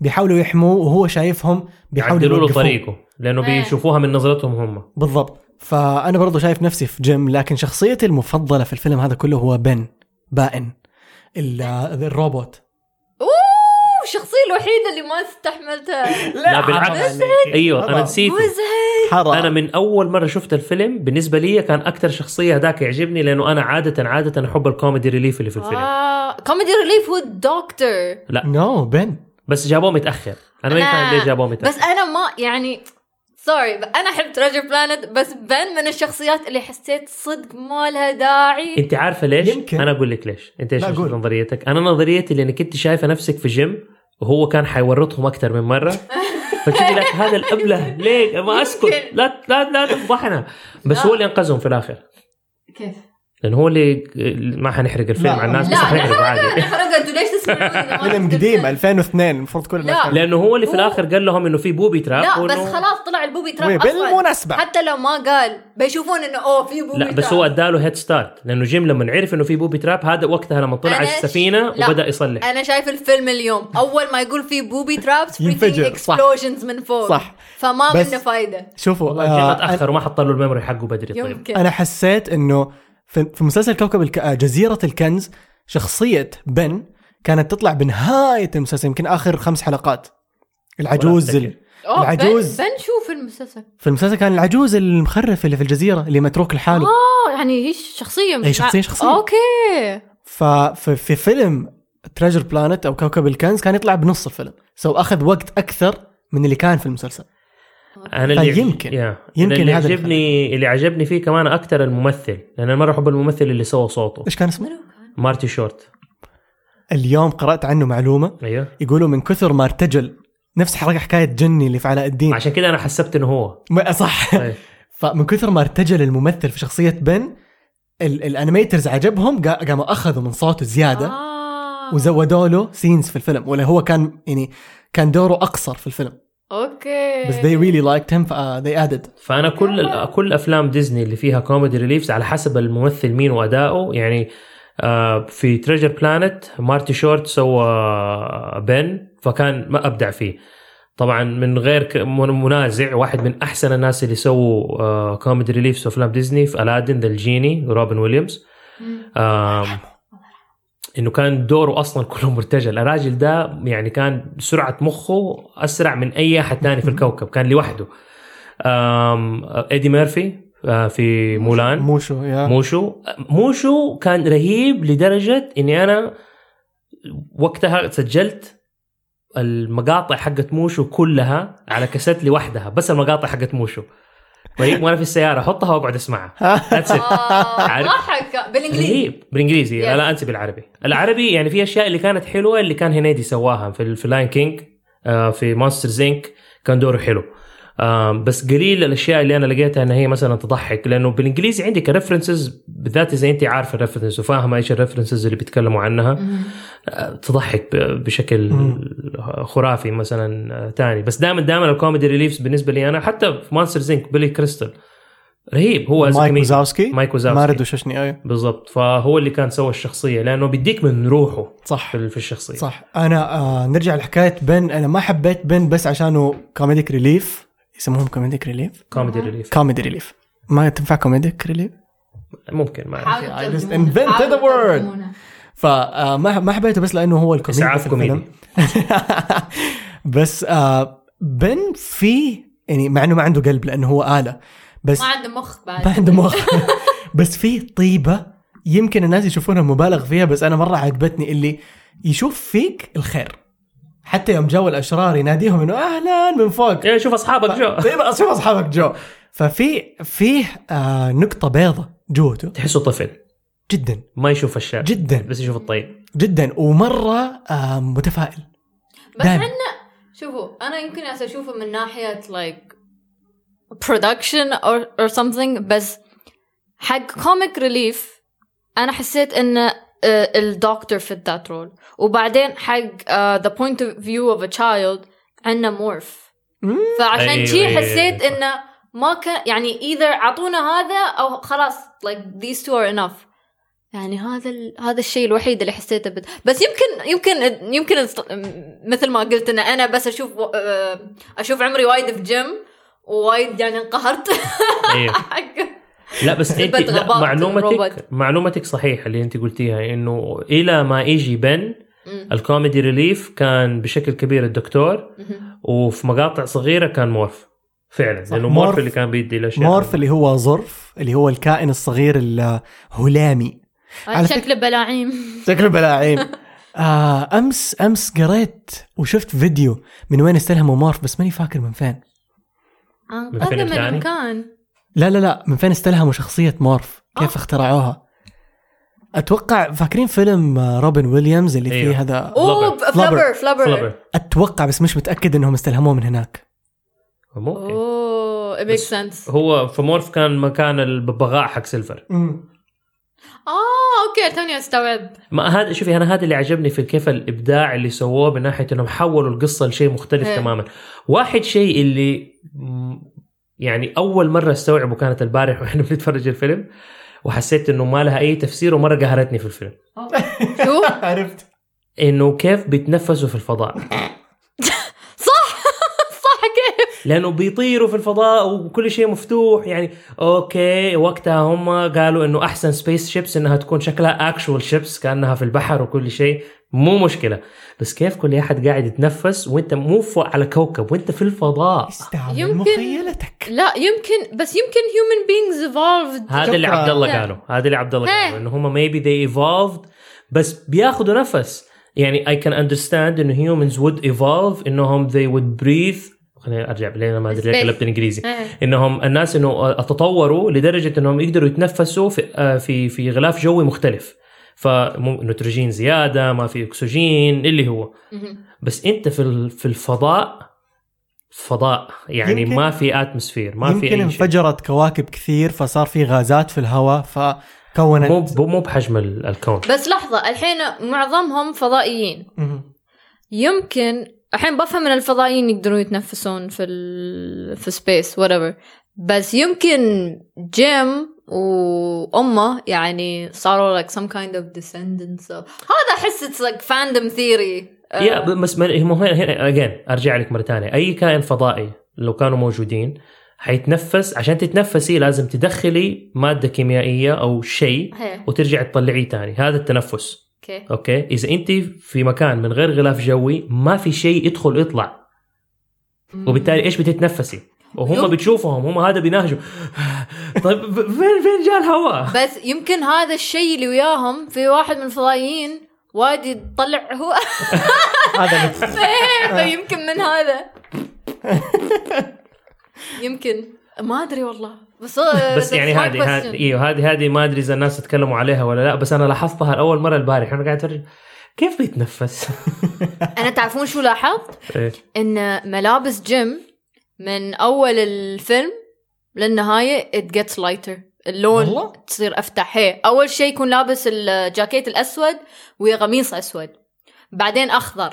Speaker 1: بيحاولوا يحموه وهو شايفهم بيحاولوا
Speaker 3: يعدلوا له
Speaker 1: يوقفوه.
Speaker 3: طريقه لانه
Speaker 2: إيه.
Speaker 3: بيشوفوها من نظرتهم هم
Speaker 1: بالضبط فانا برضو شايف نفسي في جيم لكن شخصيتي المفضله في الفيلم هذا كله هو بن بائن ال- الروبوت
Speaker 2: اوه الشخصيه الوحيده اللي ما استحملتها
Speaker 3: لا بالعكس ايوه انا
Speaker 1: طبعاً.
Speaker 3: نسيته
Speaker 2: مزعج
Speaker 1: حرام
Speaker 3: انا من اول مره شفت الفيلم بالنسبه لي كان اكثر شخصيه هذاك يعجبني لانه انا عاده عاده احب الكوميدي ريليف اللي في الفيلم
Speaker 2: آه، كوميدي ريليف هو الدكتور
Speaker 1: نو بن
Speaker 3: بس جابوه متاخر انا ما
Speaker 2: أنا-
Speaker 3: فاهم ليه جابوه متاخر
Speaker 2: بس انا ما يعني سوري انا احب تريجر بلانت بس بن من الشخصيات اللي حسيت صدق ما لها داعي
Speaker 3: انت عارفه ليش؟
Speaker 1: يمكن.
Speaker 3: انا اقول لك ليش؟ انت ايش
Speaker 1: لا،
Speaker 3: إيش
Speaker 1: قول.
Speaker 3: نظريتك؟ انا نظريتي لانك انت شايفه نفسك في جيم وهو كان حيورطهم اكثر من مره فتجي لك هذا الابله ليه ما اسكت
Speaker 2: يمكن.
Speaker 3: لا لا لا تفضحنا بس هو اللي انقذهم في الاخر
Speaker 5: كيف؟
Speaker 3: لانه هو اللي ما حنحرق الفيلم
Speaker 1: لا.
Speaker 3: على الناس بس
Speaker 2: لا، لا،
Speaker 3: حنحرق عادي
Speaker 2: حرقت ليش تسمعون إذا ما
Speaker 1: فيلم
Speaker 2: شفتوا
Speaker 1: قديم
Speaker 2: الفيلم؟
Speaker 1: 2002 المفروض كل الناس
Speaker 2: لا.
Speaker 1: تعرف.
Speaker 3: لانه هو اللي في
Speaker 2: هو-
Speaker 3: الاخر قال لهم انه في بوبي تراب
Speaker 2: لا
Speaker 3: وإنه-
Speaker 2: بس خلاص طلع البوبي تراب اصلا
Speaker 1: وبالمناسبة
Speaker 2: حتى لو ما قال بيشوفون انه اوه في بوبي
Speaker 3: لا بس
Speaker 2: تراب.
Speaker 3: هو اداله هيد ستارت لانه جيم لما عرف انه في بوبي تراب هذا وقتها لما طلع على
Speaker 2: أنا ش-
Speaker 3: السفينه
Speaker 2: لا.
Speaker 3: وبدا يصلح
Speaker 2: انا شايف الفيلم اليوم اول ما يقول في بوبي ترابس
Speaker 1: ينفجر، صح.
Speaker 2: اكسبلوجنز من فوق
Speaker 1: صح.
Speaker 2: فما
Speaker 1: بس-
Speaker 2: منه فايده
Speaker 1: شوفوا
Speaker 3: والله جيم
Speaker 1: آه،
Speaker 3: اتاخر وما حط له الميموري حقه بدري طيب
Speaker 2: يمكن
Speaker 1: انا حسيت انه في في مسلسل كوكب الك... آه، جزيرة الكنز شخصية بن كانت تطلع بنهاية المسلسل يمكن اخر خمس حلقات العجوز
Speaker 3: ولا
Speaker 1: ال...
Speaker 3: أفتكر.
Speaker 2: أوه،
Speaker 1: العجوز.
Speaker 2: بن, بن شوف المسلسل
Speaker 1: في المسلسل كان العجوز المخرف اللي في الجزيرة اللي متروك لحاله
Speaker 2: اه يعني هي شخصيه
Speaker 1: هي شخصية- شخصية.
Speaker 2: اوكي
Speaker 1: ففي في فيلم تريجر بلانت او كوكب الكنز كان يطلع بنص الفيلم سو اخذ وقت اكثر من اللي كان في المسلسل
Speaker 3: انا اللي
Speaker 1: فيمكن-
Speaker 3: يا.
Speaker 1: طيب، يمكن
Speaker 3: اللي
Speaker 1: هذا اللي
Speaker 3: عجبني اللي عجبني فيه كمان اكثر الممثل لان انا مره احب الممثل اللي سوى صوته
Speaker 1: ايش كان اسمه؟
Speaker 3: مارتي شورت
Speaker 1: اليوم قرأت عنه معلومة
Speaker 3: ايوه
Speaker 1: يقولوا من كثر ما ارتجل نفس حركة حكاية جني اللي في علاء الدين
Speaker 3: عشان كده انا حسبت انه هو
Speaker 1: ما صح
Speaker 3: طيب.
Speaker 1: فمن كثر ما ارتجل الممثل في شخصية بن ال- الانيميترز عجبهم قا- قاموا اخذوا من صوته زيادة
Speaker 2: آه.
Speaker 1: وزودوا له سينز في الفيلم ولا هو كان يعني كان دوره اقصر في الفيلم
Speaker 2: اوكي
Speaker 1: بس they really liked him ف uh, they added
Speaker 3: فانا كل كل افلام ديزني اللي فيها كوميدي ريليفز على حسب الممثل مين وادائه يعني آه، في تريجر بلانت مارتي شورت سوى بن فكان ما ابدع فيه طبعا من غير ك- من- منازع واحد من احسن الناس اللي سووا آه، كوميدي ريليفز في افلام ديزني في الادن ذا الجيني روبن ويليامز آم، انه كان دوره اصلا كله مرتجل الراجل ده يعني كان سرعه مخه اسرع من اي احد ثاني في الكوكب كان لوحده آم، ايدي ميرفي آه، في مولان
Speaker 1: مو شو يا
Speaker 3: موشو موشو كان رهيب لدرجه اني انا وقتها سجلت المقاطع حقت موشو كلها على كاسيت لوحدها بس المقاطع حقت موشو طيب وانا في السياره احطها واقعد اسمعها That's it.
Speaker 2: آه،
Speaker 3: عارف-
Speaker 2: ضحك بالانجليزي
Speaker 3: رهيب بالانجليزي
Speaker 2: Yes.
Speaker 3: لا انسى بالعربي العربي يعني في اشياء اللي كانت حلوه اللي كان هنيدي سواها في في لاين كينج في مونستر زينك كان دوره حلو آم، بس قليل الاشياء اللي انا لقيتها ان هي مثلا تضحك لانه بالانجليزي عندي كريفرنسز بالذات اذا انت عارفه الريفرنس وفاهمه ايش الريفرنسز اللي بيتكلموا عنها آه، تضحك ب- بشكل
Speaker 1: مم.
Speaker 3: خرافي مثلا ثاني بس دائما دائما الكوميدي ريليفز بالنسبه لي انا حتى في مونستر زينك بيلي كريستال رهيب هو as a
Speaker 1: مايك
Speaker 3: comedian.
Speaker 1: وزاوسكي
Speaker 3: مايك وزاوسكي
Speaker 1: مارد وشوشني ايوه
Speaker 3: بالضبط فهو اللي كان سوى الشخصيه لانه بيديك من روحه
Speaker 1: صح
Speaker 3: في في الشخصيه
Speaker 1: صح انا آه نرجع لحكايه بن انا ما حبيت بن بس عشانه كوميديك ريليف يسموهم كوميديك ريليف
Speaker 3: كوميدي ريليف
Speaker 1: كوميدي ريليف ما تنفع كوميديك ريليف
Speaker 3: ممكن ما أعرف.
Speaker 1: I
Speaker 5: حاولوا
Speaker 1: just
Speaker 5: تترجمونه،
Speaker 1: invented
Speaker 5: حاولوا
Speaker 1: a word.
Speaker 5: تترجمونه.
Speaker 1: فما ما حبيته بس لانه هو الكوميدي
Speaker 3: اسعاف
Speaker 1: في الفيلم.
Speaker 3: كوميدي
Speaker 1: بس آه بن فيه يعني مع انه ما عنده قلب لانه هو اله بس
Speaker 5: ما عنده مخ بعد
Speaker 1: ما عنده مخ بس فيه طيبه يمكن الناس يشوفونها مبالغ فيها بس انا مره عجبتني اللي يشوف فيك الخير حتى يوم جو الاشرار يناديهم انه اهلا من فوق
Speaker 3: يعني شوف اصحابك جو
Speaker 1: طيب شوف اصحابك جو ففي فيه آه نقطه بيضة جوته
Speaker 3: تحسه طفل
Speaker 1: جدا
Speaker 3: ما يشوف الشر
Speaker 1: جدا
Speaker 3: بس يشوف الطيب
Speaker 1: جدا ومره آه متفائل
Speaker 2: بس
Speaker 1: دايماً.
Speaker 2: عندنا شوفوا انا يمكن أس اشوفه من ناحيه لايك برودكشن اور اور something بس حق كوميك ريليف انا حسيت ان آه، الدكتور في ذات رول وبعدين حق آه، ذا بوينت اوف فيو اوف ا تشايلد عندنا مورف
Speaker 1: مم.
Speaker 2: فعشان
Speaker 3: أيوة،
Speaker 2: شي
Speaker 3: أيوة،
Speaker 2: حسيت
Speaker 3: أيوة.
Speaker 2: انه ما كان يعني ايذر اعطونا هذا او خلاص لايك ذيس تو ار انف يعني هذا ال... هذا الشيء الوحيد اللي حسيته بد... بس يمكن يمكن يمكن است- م- مثل ما قلت ان انا بس اشوف و... آه، اشوف عمري وايد في جيم وايد يعني انقهرت
Speaker 3: ايوه
Speaker 2: حق
Speaker 3: لا بس انت
Speaker 2: بس
Speaker 3: لا
Speaker 2: غباء
Speaker 3: معلومتك
Speaker 2: الروبوت.
Speaker 3: معلومتك صحيحه اللي انت قلتيها انه الى ما يجي بن
Speaker 2: مم.
Speaker 3: الكوميدي ريليف كان بشكل كبير الدكتور
Speaker 2: مهم.
Speaker 3: وفي مقاطع صغيره كان مورف فعلا
Speaker 1: صح،
Speaker 3: لانه
Speaker 1: مورف-
Speaker 3: مورف اللي كان بيدي الاشياء
Speaker 1: مورف اللي هو ظرف اللي هو الكائن الصغير الهلامي على
Speaker 5: شكله بلاعيم
Speaker 1: شكله بلاعين آه امس امس قريت وشفت فيديو من وين استلهموا مورف بس ماني فاكر من فين
Speaker 2: عن
Speaker 3: من
Speaker 2: قدم
Speaker 3: فيلم ثاني؟
Speaker 2: الامكان
Speaker 1: لا لا لا من فين استلهموا شخصيه مورف كيف
Speaker 2: آه.
Speaker 1: اخترعوها اتوقع فاكرين فيلم آه، روبن ويليامز اللي
Speaker 3: أيوه.
Speaker 1: فيه هذا
Speaker 2: اوه
Speaker 3: Flubber.
Speaker 2: فلبر فلبر
Speaker 3: فلبر
Speaker 1: اتوقع بس مش متاكد انهم استلهموه من هناك
Speaker 3: ممكن
Speaker 2: اوه it makes
Speaker 3: بس-
Speaker 2: sense
Speaker 3: هو فمورف كان مكان الببغاء حق سيلفر
Speaker 2: اه اوكي توني استوعب
Speaker 3: ما هذا شوفي انا هذا اللي عجبني في كيف الابداع اللي سووه من ناحيه انهم حولوا القصه لشيء مختلف
Speaker 2: إيه.
Speaker 3: تماما واحد شيء اللي م- يعني اول مره استوعبه كانت البارح واحنا بنتفرج الفيلم وحسيت انه ما لها اي تفسير ومره قهرتني في الفيلم
Speaker 2: شو
Speaker 1: عرفت
Speaker 3: انه كيف بيتنفسوا في الفضاء
Speaker 2: صح كيف
Speaker 3: لانه بيطيروا في الفضاء وكل شيء مفتوح يعني اوكي وقتها هم قالوا انه احسن سبيس شيبس انها تكون شكلها اكشوال شيبس كانها في البحر وكل شيء مو مشكله بس كيف كل احد قاعد يتنفس وانت مو فوق على كوكب وانت في الفضاء
Speaker 1: استعمل
Speaker 2: يمكن-
Speaker 1: مخيلتك
Speaker 2: لا يمكن بس يمكن human beings evolved
Speaker 3: هذا اللي
Speaker 1: شكراً.
Speaker 3: عبد الله
Speaker 2: لا.
Speaker 3: قاله هذا اللي عبد الله
Speaker 2: إيه.
Speaker 3: قاله انه هم ميبي ذي ايفولفد بس بياخذوا نفس يعني اي كان اندرستاند انه هيومنز وود ايفولف انهم ذي وود بريث خليني ارجع لان ما ادري ليه
Speaker 2: Space.
Speaker 3: قلبت انجليزي
Speaker 2: إيه.
Speaker 3: انهم الناس انه تطوروا لدرجه انهم يقدروا يتنفسوا في آه، في في غلاف جوي مختلف فنيتروجين زياده ما في اكسجين اللي هو
Speaker 2: مهم.
Speaker 3: بس انت في ال- في الفضاء فضاء يعني
Speaker 1: يمكن-
Speaker 3: ما في اتموسفير ما في
Speaker 1: يمكن
Speaker 3: اي شيء
Speaker 1: انفجرت كواكب كثير فصار في غازات في الهواء فكونت
Speaker 3: مو ب- مو بحجم ال- الكون
Speaker 2: بس لحظة الحين معظمهم فضائيين
Speaker 1: مم.
Speaker 2: يمكن الحين بفهم ان الفضائيين يقدرون يتنفسون في ال... في سبيس whatever بس يمكن جيم وامه يعني صاروا like some kind of descendants of... هذا احس it's like fandom theory آه،
Speaker 3: يا ب- بس ما- هم هنا- هنا اجين ارجع لك مره ثانيه اي كائن فضائي لو كانوا موجودين حيتنفس عشان تتنفسي لازم تدخلي ماده كيميائيه او شيء
Speaker 2: هي.
Speaker 3: وترجع تطلعيه ثاني هذا التنفس
Speaker 2: اوكي
Speaker 3: اوكي اذا انت في مكان من غير غلاف جوي ما في شيء يدخل يطلع وبالتالي ايش بتتنفسي وهم
Speaker 2: يوم-
Speaker 3: بتشوفهم هم هذا بينهجوا طيب ب- فين فين جاء الهواء
Speaker 2: بس يمكن هذا الشيء اللي وياهم في واحد من الفضائيين وايد يطلع هو
Speaker 1: هذا اللي
Speaker 2: طيب، فيمكن من هذا يمكن ما ادري والله بس
Speaker 3: بس يعني هذه هذه- ايوه هذه هذه ما ادري اذا الناس تكلموا عليها ولا لا بس انا لاحظتها لاول مره البارح انا قاعد اتفرج كيف بيتنفس؟
Speaker 2: انا تعرفون شو لاحظت؟
Speaker 3: إيه.
Speaker 2: ان ملابس جيم من اول الفيلم للنهايه it gets lighter اللون
Speaker 1: والله؟
Speaker 2: تصير افتح هي اول شيء يكون لابس الجاكيت الاسود ويا قميص اسود بعدين اخضر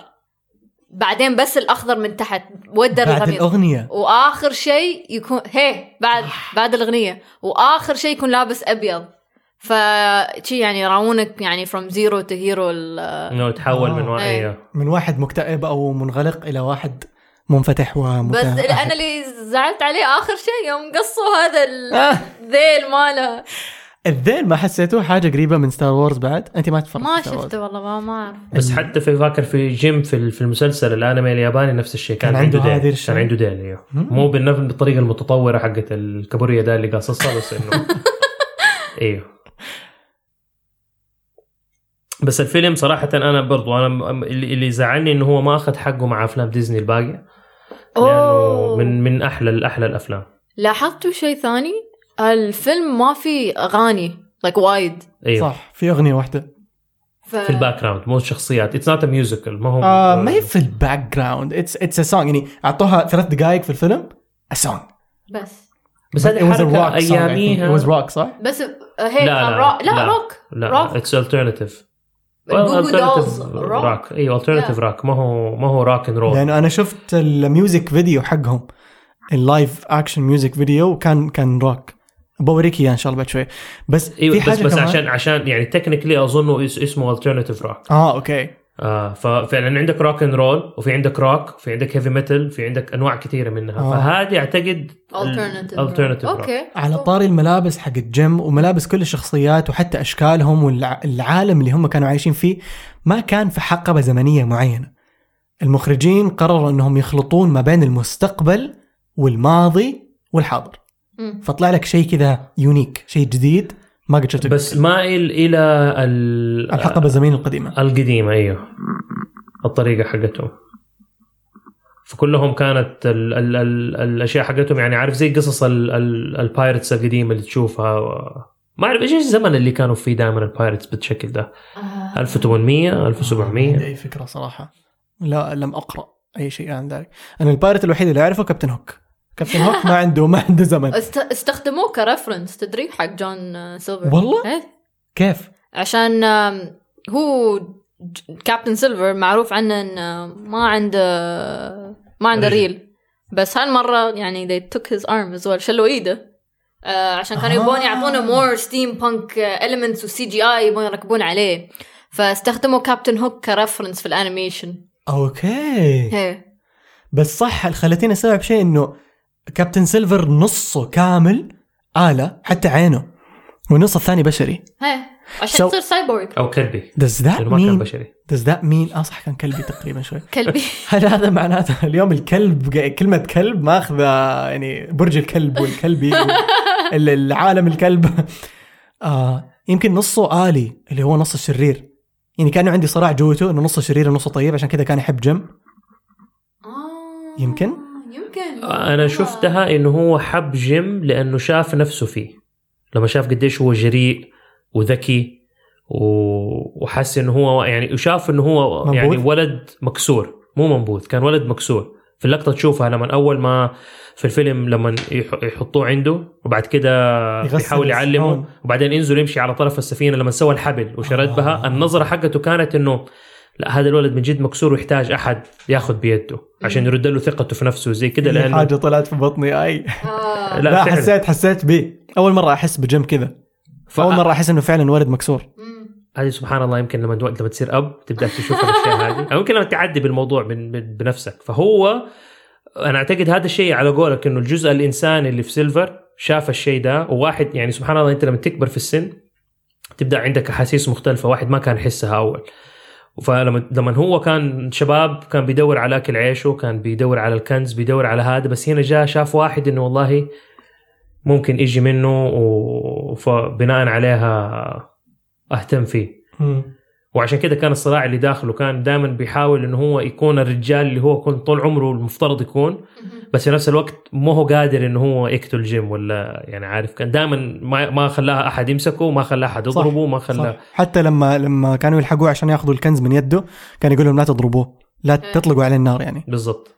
Speaker 2: بعدين بس الاخضر من تحت ودر
Speaker 1: بعد
Speaker 2: القميص
Speaker 1: الاغنيه
Speaker 2: واخر شيء يكون هي بعد بعد الاغنيه واخر شيء يكون لابس ابيض فشي يعني يراونك يعني فروم زيرو تو هيرو
Speaker 3: انه تحول من
Speaker 1: آه.
Speaker 3: وا-
Speaker 2: إيه.
Speaker 3: ايوه
Speaker 1: من واحد مكتئب او منغلق الى واحد منفتح
Speaker 2: بس
Speaker 1: ومتاح
Speaker 2: انا اللي زعلت عليه اخر شيء يوم قصوا هذا ال-
Speaker 1: آه.
Speaker 2: الذيل ماله
Speaker 1: الذيل ما حسيته حاجه قريبه من ستار وورز بعد انت ما تفرجت
Speaker 2: ما
Speaker 1: Star Wars.
Speaker 2: شفته والله ما ما اعرف
Speaker 3: بس حتى في فاكر في جيم في ال- في المسلسل الانمي الياباني نفس الشيء كان,
Speaker 1: كان
Speaker 3: عنده
Speaker 1: عنده هذه
Speaker 3: ديل
Speaker 1: الشيء.
Speaker 3: كان عنده ديل ايوه
Speaker 1: مم.
Speaker 3: مو بالنفس بالطريقه المتطوره حقت الكابوريا ده اللي قاصصها بس انه ايوه بس الفيلم صراحة أنا برضو أنا م- اللي اللي زعلني إنه هو ما أخذ حقه مع أفلام ديزني الباقية لأنه
Speaker 2: أوه.
Speaker 3: من من أحلى الأحلى الأفلام
Speaker 2: لاحظتوا شيء ثاني الفيلم ما في اغاني لايك like وايد
Speaker 3: أيوه صح.
Speaker 1: صح في اغنيه واحده
Speaker 2: ف...
Speaker 3: في الباك جراوند مو الشخصيات اتس نوت ميوزيكال ما هو
Speaker 1: آه ما هي في الباك جراوند اتس اتس ا سونج يعني اعطوها ثلاث دقائق في الفيلم ا سونج
Speaker 2: بس
Speaker 3: بس هذه حركة أياميها
Speaker 1: واز روك صح؟
Speaker 2: بس هي
Speaker 3: لا،
Speaker 2: لا
Speaker 3: لا،
Speaker 2: لا, روك. لا,
Speaker 3: لا.
Speaker 2: روك
Speaker 3: لا
Speaker 2: روك.
Speaker 3: اتس الترناتيف
Speaker 2: Goo Goo Dolls. Rock.
Speaker 3: روك ايوه الترناتيف روك ما هو ما هو روك اند رول
Speaker 1: لانه انا شفت الميوزك فيديو حقهم اللايف اكشن ميوزك فيديو كان كان روك بوريك اياه ان شاء الله بعد شوي بس في
Speaker 3: ايوه
Speaker 1: حاجه
Speaker 3: بس بس
Speaker 1: كمان-
Speaker 3: عشان عشان يعني تكنيكلي اظنه اس- اسمه الترناتيف روك
Speaker 1: اه اوكي
Speaker 3: آه ففعلا عندك روك اند رول وفي عندك روك وفي عندك هيفي ميتال في عندك انواع كثيره منها
Speaker 1: آه.
Speaker 3: فهذه اعتقد
Speaker 2: Alternative
Speaker 3: الترناتيف
Speaker 2: rock.
Speaker 3: روك
Speaker 2: اوكي
Speaker 1: على طاري الملابس حق الجيم وملابس كل الشخصيات وحتى اشكالهم والعالم اللي هم كانوا عايشين فيه ما كان في حقبه زمنيه معينه. المخرجين قرروا انهم يخلطون ما بين المستقبل والماضي والحاضر،
Speaker 2: مم.
Speaker 1: فطلع لك شيء كذا يونيك، شيء جديد ما قد شفته
Speaker 3: بس مائل الى ال-
Speaker 1: الحقبه الزمنيه القديمه.
Speaker 3: القديمة ايوه الطريقة حقتهم فكلهم كانت ال ال ال الاشياء حقتهم يعني عارف زي قصص ال ال البايرتس القديمة اللي تشوفها و... ما اعرف ايش الزمن اللي كانوا فيه دائما البايرتس بالشكل ده
Speaker 2: آه،
Speaker 3: 1800
Speaker 1: ما عندي
Speaker 3: 1700
Speaker 1: اي فكره صراحه. إيه، لا لم اقرا اي شيء عن ذلك. انا البايرت الوحيد اللي اعرفه كابتن هوك. كابتن هوك ما عنده ما عنده زمن.
Speaker 2: است... استخدموه كرفرنس تدري حق جون آه، سيلفر
Speaker 1: والله؟
Speaker 2: إيه.
Speaker 1: كيف؟
Speaker 2: عشان آم، هو ج- كابتن سيلفر معروف عنه انه ما عنده آه، ما عنده
Speaker 3: رجل.
Speaker 2: ريل بس هالمره يعني they took his arm as well شلوا ايده آه، عشان كانوا يبون
Speaker 1: آه.
Speaker 2: يعطونه مور ستيم بانك elements وسي جي اي يبون يركبون عليه فاستخدموا كابتن هوك كرفرنس في الانيميشن
Speaker 1: اوكي.
Speaker 2: هي
Speaker 1: بس صح خلتيني استوعب شيء انه كابتن سيلفر نصه كامل آلة حتى عينه والنص الثاني بشري
Speaker 2: هي إيه. عشان
Speaker 1: So-
Speaker 2: تصير سايبورغ
Speaker 3: او كلبي
Speaker 1: does that
Speaker 3: لانه ما كان
Speaker 1: mean
Speaker 3: بشري
Speaker 1: does that mean اه صح كان كلبي تقريبا شوي
Speaker 2: كلبي
Speaker 1: هل هذا معناته اليوم الكلب قا- كلمة كلب ماخذة يعني برج الكلب والكلبي وال- العالم الكلب آه يمكن نصه آلي اللي هو نص الشرير يعني كانه عندي صراع جوته انه نصه شرير ونصه طيب عشان كذا كان يحب جيم
Speaker 2: آه،
Speaker 1: يمكن؟
Speaker 2: يمكن
Speaker 3: انا شفتها انه هو حب جيم لانه شاف نفسه فيه لما شاف قديش هو جريء وذكي و- وحس انه هو يعني وشاف انه هو
Speaker 1: منبوذ؟
Speaker 3: يعني ولد مكسور مو منبوذ كان ولد مكسور في اللقطه تشوفها لما اول ما في الفيلم لما يح- يحطوه عنده وبعد كده
Speaker 1: يغسل
Speaker 3: آه، يحاول يعلمه
Speaker 1: الصحون.
Speaker 3: وبعدين ينزل يمشي على طرف السفينه لما سوى الحبل وشرد
Speaker 1: آه.
Speaker 3: بها النظره حقته كانت انه لا هذا الولد من جد مكسور ويحتاج احد ياخذ بيده عشان يرد له ثقته في نفسه زي كده
Speaker 1: كذا
Speaker 3: لانه
Speaker 1: إيه، حاجة طلعت في بطني اي
Speaker 2: آه.
Speaker 1: لا,
Speaker 3: لا فعلا
Speaker 1: حسيت حسيت به اول مره احس بجيم كذا اول مره احس انه فعلا ولد مكسور
Speaker 2: مم.
Speaker 3: هذه سبحان الله يمكن لما دو... لما تصير اب تبدا تشوف الاشياء هذه او يمكن لما تعدي بالموضوع من... من... بنفسك فهو انا اعتقد هذا الشيء على قولك انه الجزء الانساني اللي في سيلفر شاف الشيء ده وواحد يعني سبحان الله انت لما تكبر في السن تبدا عندك احاسيس مختلفه واحد ما كان يحسها اول فلما لما هو كان شباب كان بيدور على اكل عيشه كان بيدور على الكنز بيدور على هذا بس هنا جاء شاف واحد انه والله ممكن يجي منه و- فبناء عليها اهتم فيه وعشان كده كان الصراع اللي داخله كان دائما بيحاول انه هو يكون الرجال اللي هو كان طول عمره المفترض يكون بس في نفس الوقت ما هو قادر انه هو يقتل جيم ولا يعني عارف كان دائما ما ما خلاها احد يمسكه ما خلاها احد
Speaker 1: صح،
Speaker 3: يضربه ما
Speaker 1: صح.
Speaker 3: خلاه
Speaker 1: حتى لما لما كانوا يلحقوه عشان ياخذوا الكنز من يده كان يقول لهم لا تضربوه لا
Speaker 2: إيه.
Speaker 1: تطلقوا عليه النار يعني
Speaker 3: بالضبط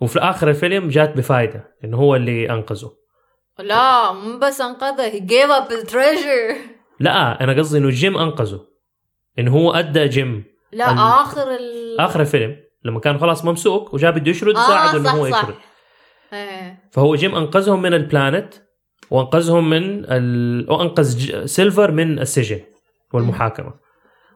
Speaker 3: وفي اخر الفيلم جات بفائده انه هو اللي انقذه
Speaker 2: لا مو بس انقذه he gave up his treasure
Speaker 3: لا انا قصدي انه جيم انقذه انه هو ادى جيم
Speaker 2: لا
Speaker 3: ال-
Speaker 2: اخر ال
Speaker 3: اخر الفيلم لما كان خلاص ممسوك وجاء بده يشرد
Speaker 2: آه،
Speaker 3: ساعده انه
Speaker 2: صح،
Speaker 3: هو
Speaker 2: صح.
Speaker 3: يشرد
Speaker 2: إيه.
Speaker 3: فهو جيم انقذهم من البلانت وانقذهم من ال... وانقذ ج... سيلفر من السجن والمحاكمه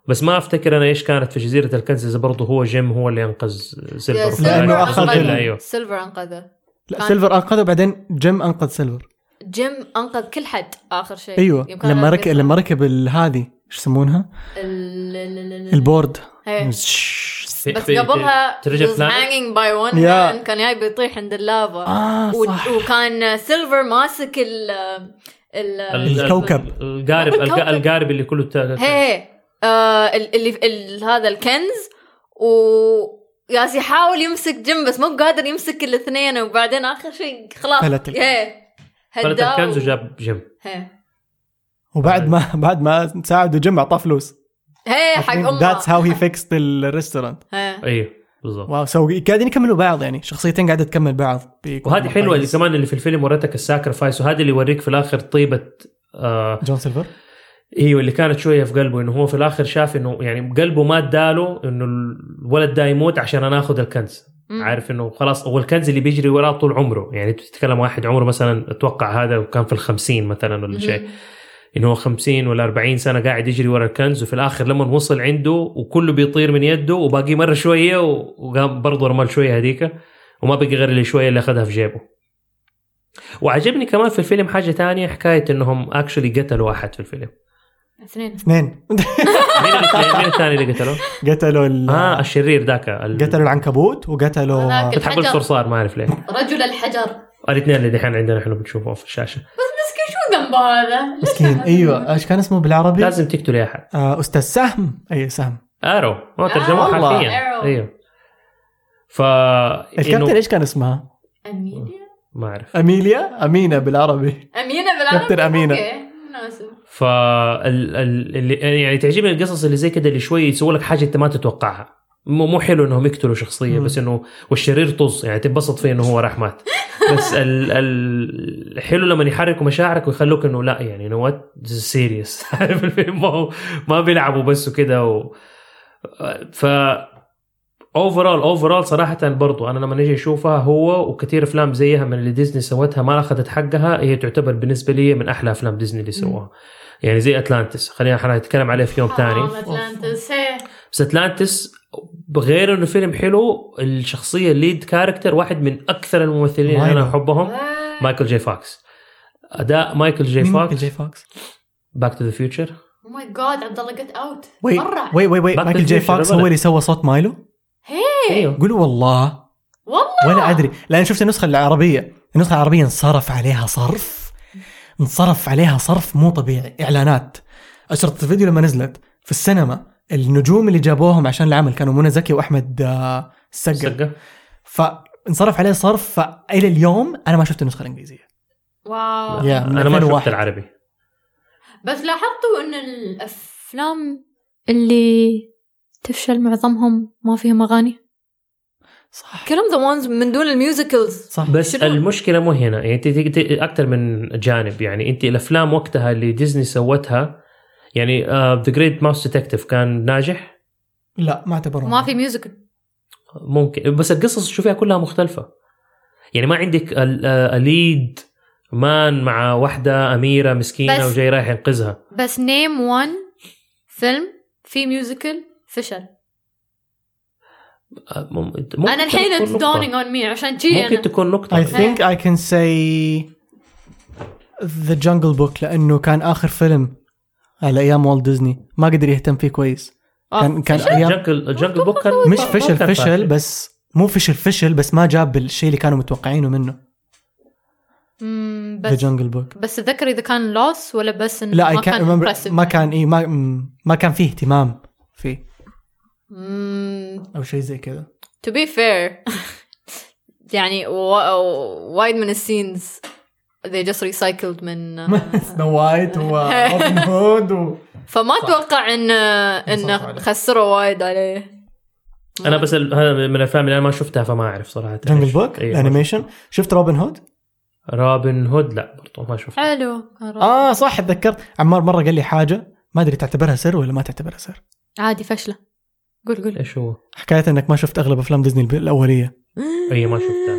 Speaker 3: بس ما افتكر انا ايش كانت في جزيره الكنز اذا برضه هو جيم هو اللي انقذ
Speaker 2: يا
Speaker 3: سيلفر
Speaker 1: لأنه
Speaker 2: سيلفر
Speaker 1: أخذ
Speaker 2: أنقذه.
Speaker 1: ال-
Speaker 3: ايوه
Speaker 2: سيلفر انقذه
Speaker 1: لا
Speaker 2: كان-
Speaker 1: سيلفر انقذه بعدين جيم انقذ سيلفر
Speaker 2: جيم انقذ كل حد اخر شيء
Speaker 1: ايوه
Speaker 2: يمكن
Speaker 1: لما
Speaker 2: أنا
Speaker 1: ركب
Speaker 2: أذكر.
Speaker 1: لما ركب ال- هذه ايش يسمونها؟
Speaker 2: ال- ال- ال- ال-
Speaker 1: البورد
Speaker 2: إيه.
Speaker 3: في-
Speaker 2: بس
Speaker 3: في-
Speaker 2: قبلها
Speaker 3: ترجع
Speaker 2: was
Speaker 3: planet.
Speaker 2: hanging by one
Speaker 1: يا.
Speaker 2: hand كان جاي بيطيح عند اللافا
Speaker 1: اه
Speaker 2: و-
Speaker 1: صح
Speaker 2: وكان سيلفر ماسك ال ال
Speaker 3: ال-
Speaker 1: الكوكب.
Speaker 3: القارب
Speaker 2: مو بالكوكب.
Speaker 3: الق- القارب اللي كله تا-
Speaker 2: هي آه ال- اللي ال- هذا الكنز و ياس يحاول يمسك جيم بس مو قادر يمسك الاثنين وبعدين اخر شيء خلاص
Speaker 1: فلت الكنز.
Speaker 2: هي
Speaker 3: فلت
Speaker 2: هدا
Speaker 3: الكنز
Speaker 2: و-
Speaker 3: وجاب جيم
Speaker 2: هي
Speaker 1: وبعد ما بعد ما ساعده جيم اعطاه فلوس
Speaker 2: هي إيه، حق امه
Speaker 1: ذاتس هاو هي فيكست الريستورانت
Speaker 2: هي.
Speaker 3: ايوه بالضبط
Speaker 1: واو سو قاعدين يكملوا بعض يعني شخصيتين قاعده تكمل بعض بيكون
Speaker 3: وهذه حلوه اللي
Speaker 1: كويس.
Speaker 3: كمان اللي في الفيلم وريتك الساكرفايس وهذا اللي يوريك في الاخر طيبه آه
Speaker 1: جون سيلفر
Speaker 3: ايوه اللي كانت شويه في قلبه انه هو في الاخر شاف انه يعني قلبه ما اداله انه الولد ده يموت عشان انا اخذ الكنز
Speaker 2: مم.
Speaker 3: عارف انه خلاص هو الكنز اللي بيجري وراه طول عمره يعني تتكلم واحد عمره مثلا اتوقع هذا كان في الخمسين مثلا ولا شيء
Speaker 2: مم.
Speaker 3: انه هو 50 ولا 40 سنه قاعد يجري ورا الكنز وفي الاخر لما وصل عنده وكله بيطير من يده وباقي مره شويه و- وقام برضه رمال شويه هذيك وما بقي غير اللي شويه اللي اخذها في جيبه. وعجبني كمان في الفيلم حاجه تانية حكايه انهم اكشلي قتلوا واحد في الفيلم.
Speaker 2: اثنين
Speaker 1: اثنين
Speaker 3: مين الاثنين- مين الثاني اللي قتله؟
Speaker 1: قتلوا ال-
Speaker 3: اه الشرير ذاك ال-
Speaker 1: قتلوا العنكبوت وقتلوا
Speaker 2: هذاك.
Speaker 3: فتح بقول صرصار ما اعرف ليه.
Speaker 5: رجل الحجر
Speaker 3: الاثنين اللي دحين عندنا احنا بنشوفهم في الشاشه.
Speaker 5: شو ذنبه هذا؟
Speaker 1: مسكين ايوه ايش كان اسمه بالعربي؟
Speaker 3: لازم تقتلي احد.
Speaker 1: آه استاذ سهم اي سهم
Speaker 3: ارو هو ترجموه
Speaker 1: آه، والله.
Speaker 3: حرفيا
Speaker 5: Arrow.
Speaker 3: ايوه. ف
Speaker 1: الكابتن
Speaker 3: إنه-
Speaker 1: ايش كان اسمها؟
Speaker 5: أميليا؟
Speaker 3: ما اعرف
Speaker 1: اميليا امينه بالعربي
Speaker 5: أمينة بالعربي؟
Speaker 1: كابتن امينه
Speaker 5: أوكي مناسب
Speaker 3: ف يعني تعجبني القصص اللي زي كده اللي شوي يسووا لك حاجه انت ما تتوقعها مو مو حلو انهم يقتلوا شخصيه
Speaker 1: مم.
Speaker 3: بس انه والشرير طز يعني تنبسط فيه انه هو راح مات بس ال ال حلو لما يحركوا مشاعرك ويخلوك انه لا يعني نو وات سيريس عارف الفيلم ما هو- ما بيلعبوا بس وكده و ف اوفرول اوفرول صراحه برضو انا لما نجي اشوفها هو وكثير افلام زيها من اللي ديزني سوتها ما اخذت حقها هي تعتبر بالنسبه لي من احلى افلام ديزني اللي سووها يعني زي اتلانتس خلينا حنتكلم عليه في يوم ثاني
Speaker 5: آه، أتلانتس هي
Speaker 3: بس اتلانتس بغير انه فيلم حلو الشخصيه الليد كاركتر واحد من اكثر الممثلين اللي انا
Speaker 1: مايكل.
Speaker 3: احبهم مايكل جي فاكس اداء مايكل جي
Speaker 1: مين مايكل
Speaker 3: فاكس
Speaker 1: جي فوكس
Speaker 3: باك تو ذا فيوتشر
Speaker 2: Oh
Speaker 5: أو ماي جاد عبد الله جت أوت
Speaker 1: وي
Speaker 5: مرة
Speaker 1: وي وي وي
Speaker 3: Back to
Speaker 1: مايكل جي
Speaker 3: the Future
Speaker 1: فوكس هو
Speaker 3: الولد.
Speaker 1: اللي سوى صوت مايلو
Speaker 3: ايوه
Speaker 1: قولوا والله
Speaker 5: والله
Speaker 1: ولا ادري لان شفت النسخه العربيه النسخه العربيه انصرف عليها صرف انصرف عليها صرف مو طبيعي اعلانات اشرطه الفيديو لما نزلت في السينما النجوم اللي جابوهم عشان العمل كانوا منى زكي واحمد آه، السقا
Speaker 3: سقة.
Speaker 1: فانصرف عليه صرف فالى اليوم انا ما شفت النسخه الانجليزيه
Speaker 5: واو
Speaker 1: يا من
Speaker 3: انا ما شفت
Speaker 1: 2001.
Speaker 3: العربي
Speaker 5: بس لاحظتوا ان الافلام اللي تفشل معظمهم ما فيهم اغاني
Speaker 1: صح
Speaker 2: كلهم ذا وانز من دون الميوزيكلز
Speaker 1: صح
Speaker 3: بس
Speaker 2: شنو؟
Speaker 3: المشكله مو هنا يعني انت اكثر من جانب يعني انت الافلام وقتها اللي ديزني سوتها يعني ذا جريت ماوس ديتكتيف كان ناجح
Speaker 1: لا ما اعتبرهم
Speaker 2: ما في ميوزيكل
Speaker 3: ممكن بس القصص تشوفها كلها مختلفه يعني ما عندك اليد مان مع واحده اميره مسكينه
Speaker 2: بس-
Speaker 3: وجاي رايح ينقذها
Speaker 2: بس نيم وان فيلم في ميوزيكل فشل
Speaker 3: آه، مم- ممكن
Speaker 5: انا الحين
Speaker 3: تكون
Speaker 5: اتس
Speaker 3: نقطة.
Speaker 5: دونينج اون مي عشان شي
Speaker 3: ممكن
Speaker 5: انا
Speaker 3: تكون
Speaker 1: I
Speaker 3: نقطه
Speaker 1: think I can say The Jungle Book لأنه كان آخر فيلم على أيام والت ديزني ما قدر يهتم فيه كويس
Speaker 2: آه،
Speaker 1: كان كان أيام
Speaker 3: الجنكل الجنكل بوك كان
Speaker 1: مش فشل فشل بس مو فشل فشل بس ما جاب الشيء اللي كانوا متوقعينه منه
Speaker 2: مم،
Speaker 1: The
Speaker 2: بس
Speaker 1: Jungle Book
Speaker 2: بس اتذكر اذا كان لوس ولا بس انه
Speaker 1: لا I
Speaker 2: ما
Speaker 1: can't
Speaker 2: كان
Speaker 1: remember
Speaker 2: impressive.
Speaker 1: ما كان إيه ما ما كان فيه اهتمام فيه او شيء زي كذا
Speaker 2: تو بي فير يعني وا- وايد من السينز they just recycled من
Speaker 1: سنو وايت وروبن هود و...
Speaker 2: فما اتوقع ان
Speaker 1: انصاف
Speaker 2: ان
Speaker 1: عليه.
Speaker 2: خسروا وايد عليه
Speaker 3: انا بس ال- هذا من الافلام اللي انا ما شفتها فما اعرف صراحه
Speaker 1: جنجل
Speaker 3: إيش.
Speaker 1: بوك
Speaker 3: إيه، ما
Speaker 1: الانيميشن شفت روبن هود؟
Speaker 3: شفت. رابن هود لا برضو ما شفت
Speaker 2: حلو
Speaker 3: آه.
Speaker 1: اه صح تذكرت عمار مره قال لي حاجه ما ادري تعتبرها سر ولا ما تعتبرها سر
Speaker 2: عادي فشله قول قول
Speaker 3: ايش هو؟
Speaker 1: حكايه انك ما شفت اغلب افلام ديزني الب- الاوليه
Speaker 3: اي إيه، ما شفتها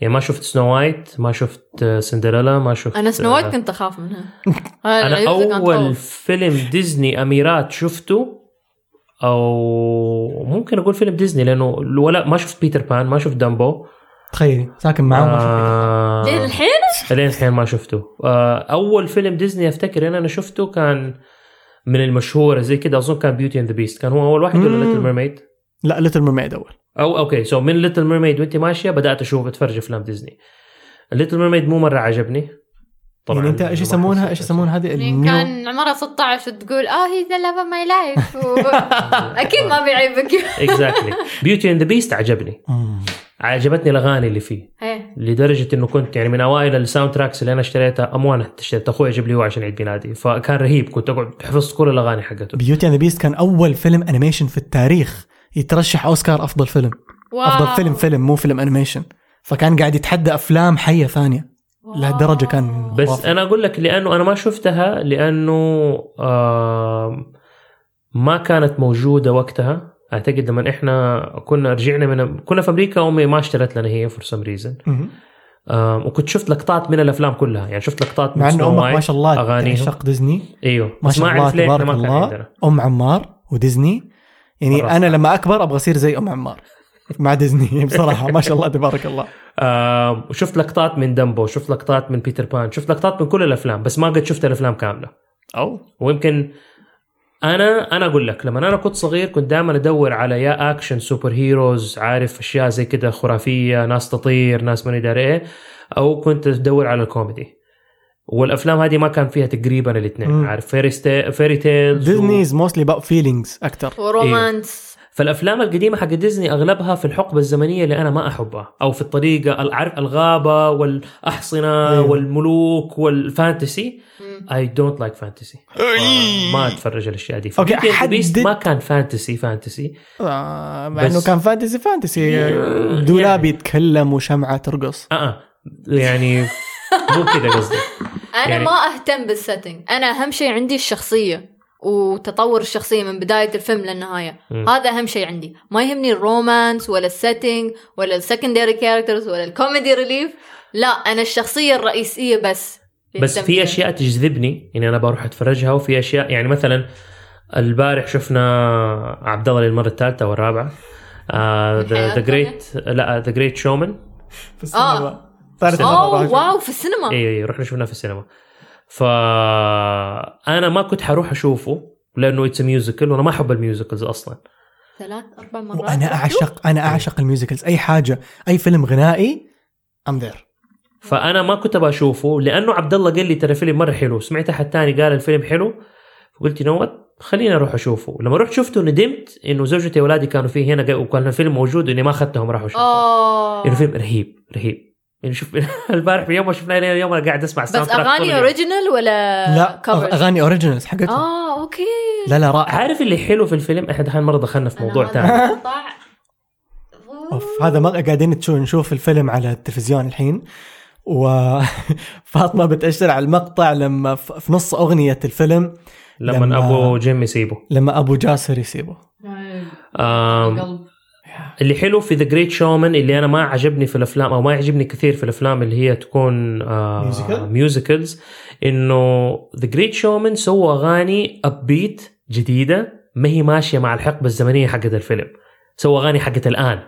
Speaker 3: يعني ما شفت سنو وايت ما شفت آه، سندريلا ما شفت
Speaker 2: انا سنو وايت
Speaker 3: آه،
Speaker 2: كنت اخاف منها
Speaker 3: انا
Speaker 2: العيوب اللي كانت
Speaker 3: اول
Speaker 2: تخوف.
Speaker 3: فيلم ديزني اميرات شفته او ممكن اقول فيلم ديزني لانه ولا ما شفت بيتر بان ما شفت دامبو
Speaker 1: تخيلي ساكن معاه وما شفت
Speaker 3: آه،
Speaker 2: لين الحين
Speaker 3: لين الحين ما شفته آه، اول فيلم ديزني افتكر ان انا شفته كان من المشهوره زي كده اظن كان بيوتي اند ذا بيست كان هو اول واحد ولا
Speaker 1: مم.
Speaker 3: ليتل ميرميد
Speaker 1: لا ليتل ميرميد اول
Speaker 3: او اوكي سو من ليتل ميرميد وانت ماشيه بدات اشوف اتفرج افلام ديزني ليتل ميرميد مو مره عجبني
Speaker 1: يعني انت ايش يسمونها ايش يسمونها هذه
Speaker 5: يعني
Speaker 1: النيو
Speaker 5: كان عمرها 16 وتقول
Speaker 2: "Oh,
Speaker 5: اه هي ذا لاف ماي لايف اكيد ما بيعيبك
Speaker 3: اكزاكتلي بيوتي اند ذا بيست عجبني
Speaker 1: مم.
Speaker 3: عجبتني الاغاني اللي فيه
Speaker 5: إيه.
Speaker 3: لدرجه انه كنت يعني من اوائل الساوند تراكس اللي انا اشتريتها مو انا اشتريت اخوي جاب لي هو عشان عيد ميلادي فكان رهيب كنت اقعد حفظت كل الاغاني حقته
Speaker 1: بيوتي اند بيست كان اول فيلم انيميشن في التاريخ يترشح اوسكار افضل فيلم افضل فيلم فيلم مو فيلم انيميشن فكان قاعد يتحدى افلام حيه ثانيه لهالدرجه كان
Speaker 3: بس
Speaker 1: خرافي.
Speaker 3: انا اقول لك لانه انا ما شفتها لانه آم، ما كانت موجوده وقتها اعتقد لما احنا كنا رجعنا من كنا في امريكا امي ما اشترت لنا هي فور سم ريزن
Speaker 1: مهم.
Speaker 3: وكنت شفت لقطات من الافلام كلها يعني شفت لقطات من
Speaker 1: مع انه
Speaker 3: Snow
Speaker 1: امك ما
Speaker 3: White،
Speaker 1: شاء الله
Speaker 3: أغانيهم.
Speaker 1: تعشق ديزني
Speaker 3: ايوه
Speaker 1: ما
Speaker 3: بس ما
Speaker 1: شاء الله
Speaker 3: اعرف ليه إحنا
Speaker 1: تبارك
Speaker 3: ما كان
Speaker 1: الله
Speaker 3: عندنا
Speaker 1: ام عمار وديزني
Speaker 3: مرة
Speaker 1: يعني انا لما اكبر ابغى اصير زي ام عمار مع ديزني بصراحه ما شاء الله تبارك الله
Speaker 3: آم، وشفت لقطات من دمبو شفت لقطات من بيتر بان شفت لقطات من كل الافلام بس ما قد شفت الافلام كامله
Speaker 1: او
Speaker 3: ويمكن انا انا اقول لك لما انا كنت صغير كنت دائما ادور على يا اكشن سوبر هيروز عارف اشياء زي كده خرافيه ناس تطير ناس ماني داري ايه او كنت ادور على الكوميدي والافلام هذه ما كان فيها تقريبا الاثنين
Speaker 1: مم.
Speaker 3: عارف فيري, ستي... فيري تيلز
Speaker 1: ديزني از موستلي about فيلينجز اكثر
Speaker 2: ورومانس
Speaker 3: فالافلام القديمه حق ديزني اغلبها في الحقبه الزمنيه اللي انا ما احبها او في الطريقه ال- عارف الغابه والاحصنه
Speaker 1: أيوة.
Speaker 3: والملوك والفانتسي
Speaker 2: مم.
Speaker 3: اي دونت لايك فانتسي آه،
Speaker 1: إيه.
Speaker 3: ما اتفرج الاشياء دي
Speaker 1: أوكي،
Speaker 3: فبيوتي أند ذا بيست
Speaker 1: حدد-
Speaker 3: ما كان فانتسي فانتسي
Speaker 1: آه، مع
Speaker 3: بس-
Speaker 1: انه كان فانتسي فانتسي
Speaker 3: يعني-
Speaker 1: دولاب يتكلم وشمعه ترقص
Speaker 3: اه آه، يعني مو كذا قصدي
Speaker 2: انا
Speaker 3: يعني-
Speaker 2: ما اهتم بالسيتنج انا اهم شيء عندي الشخصيه وتطور الشخصيه من بدايه الفيلم للنهايه
Speaker 3: مم.
Speaker 2: هذا اهم شيء عندي ما يهمني الرومانس ولا السيتنج ولا السكندري كاركترز ولا الكوميدي ريليف لا انا الشخصيه الرئيسيه بس
Speaker 3: بس في
Speaker 2: التمثيل.
Speaker 3: اشياء تجذبني اني انا بروح اتفرجها وفي اشياء يعني مثلا البارح شفنا عبد الله للمره الثالثه والرابعه آه،
Speaker 2: الحياة
Speaker 3: ذا جريت لا ذا جريت شومان
Speaker 1: في السينما
Speaker 3: Oh،
Speaker 1: ثالث مرة
Speaker 2: اوه
Speaker 1: أشوف.
Speaker 2: واو في السينما
Speaker 3: اي اي إيه، رحنا شفناه في السينما فانا ما كنت حروح اشوفه لانه اتس ميوزيكال وانا ما احب الميوزيكلز اصلا
Speaker 2: ثلاث اربع مرات
Speaker 1: وانا اعشق انا اعشق الميوزيكلز اي حاجه اي فيلم غنائي ام ذير
Speaker 3: فانا ما كنت ابغى اشوفه لانه عبد الله قال لي ترى فيلم مره حلو سمعت احد ثاني قال الفيلم حلو فقلت نوت خليني اروح اشوفه لما رحت شفته ندمت انه زوجتي واولادي كانوا فيه هنا وكان الفيلم موجود اني ما اخذتهم راحوا شافوه
Speaker 2: اوه
Speaker 3: انه فيلم رهيب رهيب يعني شوف البارح في يوم ما شفناه لين اليوم انا قاعد اسمع
Speaker 2: بس اغاني
Speaker 3: اوريجنال
Speaker 2: اوريجينال ولا
Speaker 1: لا
Speaker 2: covers؟
Speaker 1: اغاني اوريجينالز
Speaker 3: إيه.
Speaker 1: حقتهم
Speaker 2: اه اوكي
Speaker 1: لا لا رائع
Speaker 3: عارف اللي حلو في الفيلم احنا دحين مره دخلنا في موضوع
Speaker 5: أنا
Speaker 3: ثاني
Speaker 5: هذا القطاع.
Speaker 1: اوف هذا ما قاعدين تشو- نشوف الفيلم على التلفزيون الحين وفاطمه بتأشر على المقطع لما ف- في نص اغنيه الفيلم
Speaker 3: لما,
Speaker 1: لما-
Speaker 3: ابو جيم يسيبه
Speaker 1: لما ابو جاسر يسيبه
Speaker 3: آم،
Speaker 5: قلب.
Speaker 3: اللي حلو في ذا جريت شومان اللي انا ما عجبني في الافلام او ما يعجبني كثير في الافلام اللي هي تكون
Speaker 1: Musical؟
Speaker 3: ميوزيكلز انه ذا جريت شومان سوى اغاني ابيت جديده ما هي ماشيه مع الحقبه الزمنيه حقت الفيلم سوى اغاني حقت الان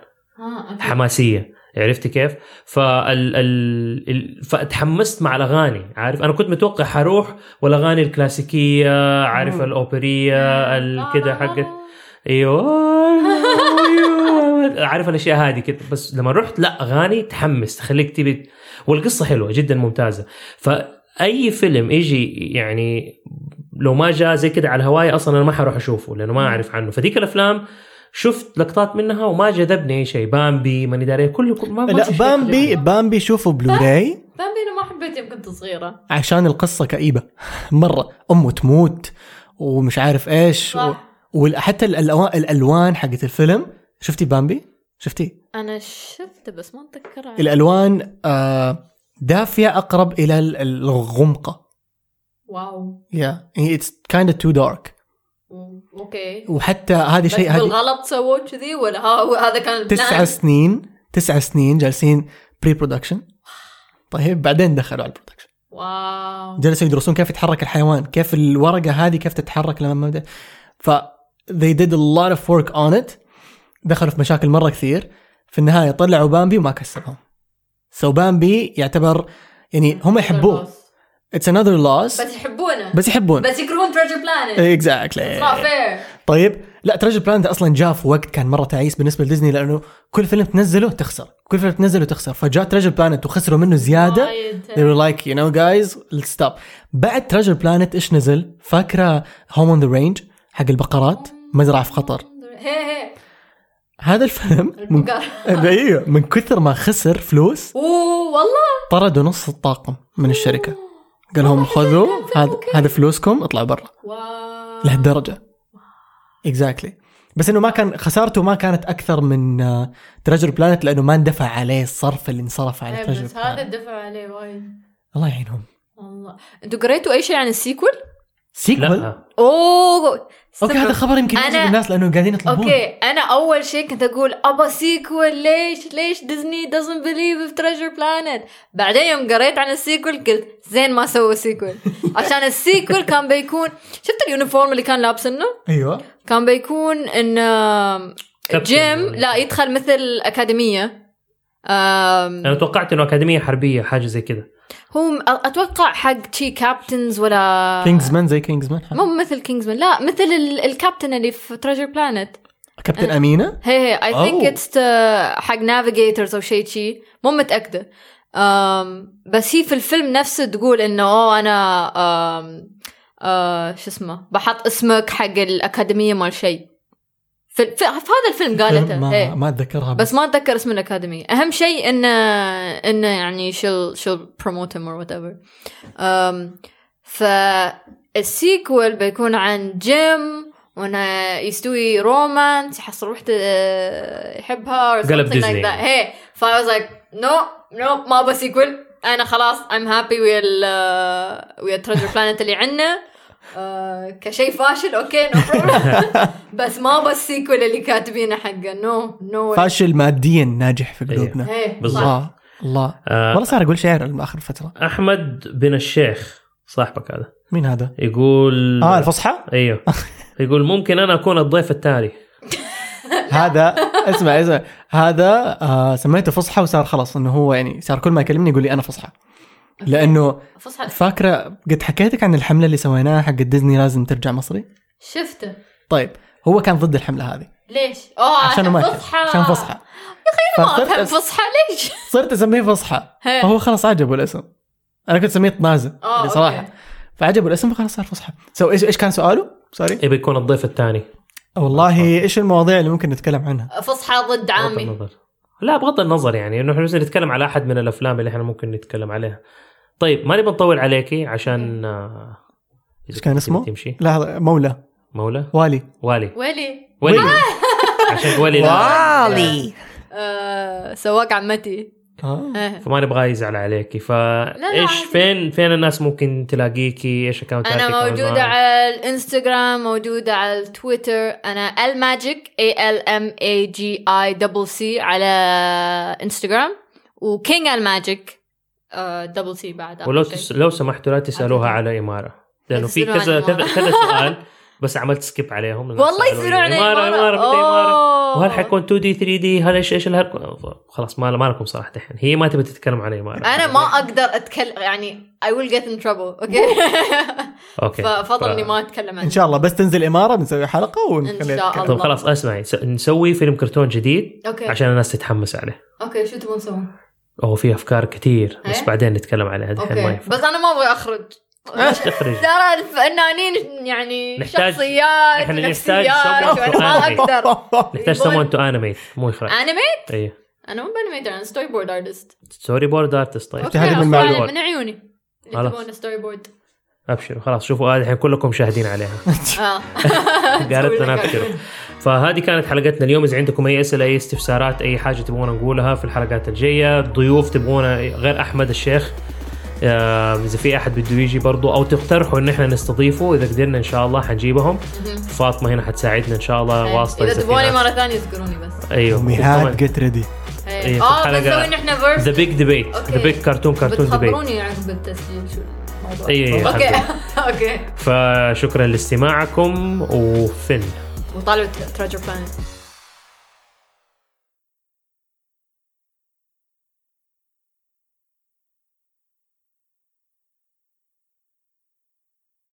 Speaker 5: آه، أوكي.
Speaker 3: حماسيه عرفتي كيف؟ فال ال... ال... فتحمست مع الاغاني عارف انا كنت متوقع حروح والاغاني الكلاسيكيه عارف
Speaker 1: مم.
Speaker 3: الاوبريه ال- كده حقت ايوه أيوه. عارف الاشياء هذه كده بس لما رحت لا اغاني تحمس تخليك تبي والقصه حلوه جدا ممتازه فاي فيلم يجي يعني لو ما جاء زي كده على الهواية اصلا انا ما حروح اشوفه لانه ما اعرف عنه فديك الافلام شفت لقطات منها وما جذبني اي شيء بامبي ماني داري كله كله- ما ما
Speaker 1: لا
Speaker 3: في شيء
Speaker 1: بامبي
Speaker 3: جذبني.
Speaker 1: بامبي شوفوا بلوراي
Speaker 2: بامبي انا ما حبيته يوم كنت صغيره
Speaker 1: عشان القصة كئيبة مرة أمه تموت ومش عارف إيش و...
Speaker 2: صح
Speaker 1: وحتى الألوان, الألوان حقت الفيلم شفتي بامبي؟ شفتي؟
Speaker 2: انا شفته بس ما اتذكر عنه.
Speaker 1: الألوان آه دافية أقرب إلى ال- الغمقة
Speaker 2: واو
Speaker 1: يا اتس كايند تو دارك
Speaker 2: أوه. اوكي
Speaker 1: وحتى هذه
Speaker 2: بس
Speaker 1: شيء هذه
Speaker 2: بالغلط سووا كذي ولا ها هو هذا كان البلان
Speaker 1: تسع سنين تسع سنين جالسين بري برودكشن طيب بعدين دخلوا على البرودكشن
Speaker 2: واو
Speaker 1: جلسوا يدرسون كيف يتحرك الحيوان كيف الورقه هذه كيف تتحرك لما مبدا ف they did a lot of work on it دخلوا في مشاكل مره كثير في النهايه طلعوا بامبي وما كسبهم سو so بامبي يعتبر يعني هم يحبوه اتس another loss
Speaker 2: طيب، بس يحبونه
Speaker 1: بس إيه. يحبون
Speaker 2: بس يكرهون تريجر بلانت
Speaker 1: exactly
Speaker 2: فير
Speaker 1: طيب لا ترجل بلاند اصلا جاء في وقت كان مره تعيس بالنسبه لديزني لانه كل فيلم تنزله تخسر كل فيلم تنزله تخسر فجاء ترجل بلانت وخسروا منه
Speaker 2: آه،
Speaker 1: زياده they were like you know guys let's stop بعد تريجر بلانت ايش نزل فاكره هوم اون ذا رينج حق البقرات مزرعه في خطر
Speaker 2: هي هي
Speaker 1: هذا الفيلم من...
Speaker 2: البقر
Speaker 1: ايوه من كثر ما خسر فلوس
Speaker 2: اوه والله
Speaker 1: طردوا نص الطاقم من الشركه قال لهم خذوا هذا هذا فلوسكم اطلعوا برا
Speaker 2: واو
Speaker 1: لهالدرجه اكزاكتلي بس انه ما كان خسارته ما كانت اكثر من آه، تريجر بلانت لانه ما اندفع عليه الصرف اللي انصرف على
Speaker 2: إيه،
Speaker 1: تريجر
Speaker 2: بس هذا
Speaker 1: بلانت
Speaker 2: الدفع عليه وايد
Speaker 1: الله يعينهم
Speaker 2: والله انتوا قريتوا اي شيء عن السيكول؟
Speaker 1: سيكول
Speaker 3: لا
Speaker 2: اوه
Speaker 1: اوكي هذا خبر يمكن
Speaker 2: أنا-
Speaker 1: يعجب الناس لانه قاعدين يطلبون
Speaker 2: اوكي انا اول شيء كنت اقول ابا سيكول ليش ليش ديزني doesn't believe في تريجر بلانت بعدين يوم قريت عن السيكول قلت زين ما سووا سيكول عشان السيكول كان بيكون شفت اليونيفورم اللي كان لابسنه
Speaker 1: ايوه
Speaker 2: كان بيكون ان آم،
Speaker 3: كابتن
Speaker 2: جيم
Speaker 3: يعني.
Speaker 2: لا يدخل مثل اكاديميه آم،
Speaker 3: انا توقعت انه اكاديميه حربيه حاجه زي كده
Speaker 2: هو م- اتوقع حق شي كابتنز ولا
Speaker 1: كينجزمان زي كينجزمان
Speaker 2: آه. مو مثل كينجزمان لا مثل ال- الكابتن اللي في تريجر بلانت
Speaker 1: كابتن امينه
Speaker 2: هي هي اي ثينك
Speaker 1: أوه.
Speaker 2: اتس حق نافيجيترز او شيء شي مو متاكده أم Um, بس هي في الفيلم نفسه تقول انه اوه انا أم أه um، شو اسمه بحط اسمك حق الاكاديميه مال شيء في, في, في هذا الفيلم قالتها
Speaker 1: ما
Speaker 2: هي.
Speaker 1: ما
Speaker 3: آه،
Speaker 1: اتذكرها
Speaker 2: إيه. بس ما اتذكر اسم الاكاديميه اهم شيء انه انه يعني شيل شيل بروموت هيم اور وات ايفر فالسيكول بيكون عن جيم وانه يستوي رومانس يحصل وحده آه، يحبها or
Speaker 3: قلب
Speaker 2: something
Speaker 3: ديزني.
Speaker 2: like that. هي فاي واز لايك نو نو ما ابغى سيكول انا خلاص ام هابي ويا ال آه، ويا تريجر بلانت اللي عندنا آه، كشيء فاشل اوكي no problem. بس ما ابغى السيكول اللي كاتبينه حقه نو نو
Speaker 1: فاشل ماديا ناجح
Speaker 2: إيه.
Speaker 1: في قلوبنا
Speaker 3: بالضبط.
Speaker 1: الله الله
Speaker 3: آه،
Speaker 1: والله صار اقول شعر اخر فتره
Speaker 3: احمد بن الشيخ صاحبك هذا
Speaker 1: مين هذا؟
Speaker 3: يقول
Speaker 1: اه الفصحى؟
Speaker 3: ايوه يقول ممكن انا اكون الضيف التالي
Speaker 1: هذا اسمع اسمع هذا آه سميته فصحى وصار خلاص انه هو يعني صار كل ما يكلمني يقول لي انا فصحى لانه
Speaker 2: فصحى
Speaker 1: فاكره قد حكيتك عن الحمله اللي سويناها حق ديزني لازم ترجع مصري؟
Speaker 2: شفته
Speaker 1: طيب هو كان ضد الحمله هذه
Speaker 2: ليش؟ آه، اوه
Speaker 1: عشان ما يحب.
Speaker 2: فصحى
Speaker 1: عشان فصحى
Speaker 2: ما افهم
Speaker 1: فصرت-
Speaker 2: فصحى آه، ليش؟
Speaker 1: صرت اسميه فصحى
Speaker 2: هي.
Speaker 1: فهو خلاص عجبه الاسم انا كنت سميت نازل
Speaker 2: آه،
Speaker 1: يعني صراحه
Speaker 2: أوكي.
Speaker 1: فعجبه الاسم فخلاص صار فصحى سو ايش ايش كان سؤاله؟ سوري
Speaker 3: يبي يكون الضيف الثاني
Speaker 1: والله ايش المواضيع اللي ممكن نتكلم عنها؟
Speaker 2: فصحى ضد
Speaker 3: بغض
Speaker 2: عامي
Speaker 3: النظر لا بغض النظر يعني انه احنا بس نتكلم على احد من الافلام اللي احنا ممكن نتكلم عليها طيب ما نبي نطول عليكي عشان آه،
Speaker 1: إيش كان اسمه؟
Speaker 3: تمشي
Speaker 1: لحظه مولى
Speaker 3: مولى
Speaker 1: والي
Speaker 3: والي
Speaker 2: ويلي
Speaker 3: ولي عشان ولي لا
Speaker 1: والي
Speaker 2: آه، سواق عمتي
Speaker 1: آه.
Speaker 2: إيه.
Speaker 3: فما نبغى يزعل عليكي فايش
Speaker 2: عادي.
Speaker 3: فين فين الناس ممكن تلاقيكي ايش اكونتاتك
Speaker 2: انا
Speaker 3: أونلاين؟
Speaker 2: موجوده على الانستغرام موجوده على التويتر انا الماجيك اي ال ام اي جي اي دبل سي على انستغرام وكينج الماجيك دبل سي آه، بعد
Speaker 3: ولو
Speaker 2: آخر شيء.
Speaker 3: تس... لو سمحتوا لا تسالوها
Speaker 2: أوكي.
Speaker 3: على اماره لانه في
Speaker 2: تسألوا عن
Speaker 3: كذا كذا
Speaker 2: إمارة.
Speaker 3: كذا سؤال بس عملت سكيب عليهم لأنه
Speaker 2: والله
Speaker 3: سألوني
Speaker 2: يسألون عن إمارة.
Speaker 3: اماره اماره متى اماره
Speaker 2: أوه.
Speaker 3: وهل حيكون 2 دي 3 دي هل ايش ايش الهر... خلاص ما ما لكم صراحه الحين هي ما تبي تتكلم عن اماره
Speaker 2: انا ما اقدر اتكلم يعني I will get in trouble اوكي
Speaker 3: اوكي
Speaker 2: ففضل
Speaker 3: ف-
Speaker 2: اني ما اتكلم عنه
Speaker 1: ان شاء الله بس تنزل اماره بنسوي حلقه
Speaker 2: إن
Speaker 1: ونخليها
Speaker 2: شاء
Speaker 1: تتكلم.
Speaker 2: الله.
Speaker 3: طيب خلاص اسمعي س... نسوي فيلم كرتون جديد
Speaker 2: اوكي
Speaker 3: عشان الناس تتحمس عليه
Speaker 2: اوكي شو تبون نسوي؟
Speaker 3: هو في افكار كثير بس
Speaker 2: إيه؟
Speaker 3: بعدين نتكلم عليها دحين ما
Speaker 2: اوكي
Speaker 3: ينفع
Speaker 2: بس انا ما ابغى اخرج
Speaker 3: ايش تخرج؟
Speaker 2: ترى الفنانين يعني
Speaker 3: نحتاج-
Speaker 2: شخصيات
Speaker 3: إحنا
Speaker 2: نفسيات
Speaker 3: نحتاج
Speaker 2: وأنا يعني ما اقدر
Speaker 3: someone to animate. نحتاج someone تو انيميت مو إيه. يخرج
Speaker 2: انمي
Speaker 3: اي
Speaker 2: انا مو بانميتر انا ستوري بورد ارتست
Speaker 3: ستوري بورد ارتست طيب
Speaker 1: أوكي. هذه من المعلومات.
Speaker 2: من عيوني اللي
Speaker 3: خلاص.
Speaker 2: تبون ستوري بورد
Speaker 3: ابشروا خلاص شوفوا آه، الحين كلكم شاهدين عليها
Speaker 2: اه
Speaker 3: قالت لنا ابشروا فهذه كانت حلقتنا اليوم اذا عندكم اي اسئله اي استفسارات اي حاجه تبغونا نقولها في الحلقات الجايه ضيوف تبغونا غير احمد الشيخ آه، اذا في احد بده يجي برضو او تقترحوا ان احنا نستضيفه اذا قدرنا ان شاء الله حنجيبهم فاطمه هنا حتساعدنا ان شاء الله واسطه
Speaker 2: اذا
Speaker 3: في
Speaker 2: إيه. تبوني
Speaker 3: ناس-
Speaker 2: مره ثانيه اذكروني بس
Speaker 3: ايوه
Speaker 1: مهاد جيت ريدي
Speaker 2: إيه.
Speaker 3: في
Speaker 2: اه
Speaker 3: الحلقة-
Speaker 2: بنسوي نحن فيرس
Speaker 3: ذا بيج ديبيت
Speaker 2: أوكي.
Speaker 3: ذا بيج كرتون كرتون ديبيت
Speaker 2: بتخبروني عقب التسجيل شو الموضوع
Speaker 3: إيه، إيه،
Speaker 2: اوكي
Speaker 3: الحمد
Speaker 2: اوكي
Speaker 3: فشكرا لاستماعكم وفين
Speaker 2: وطالعوا تراجر بلانت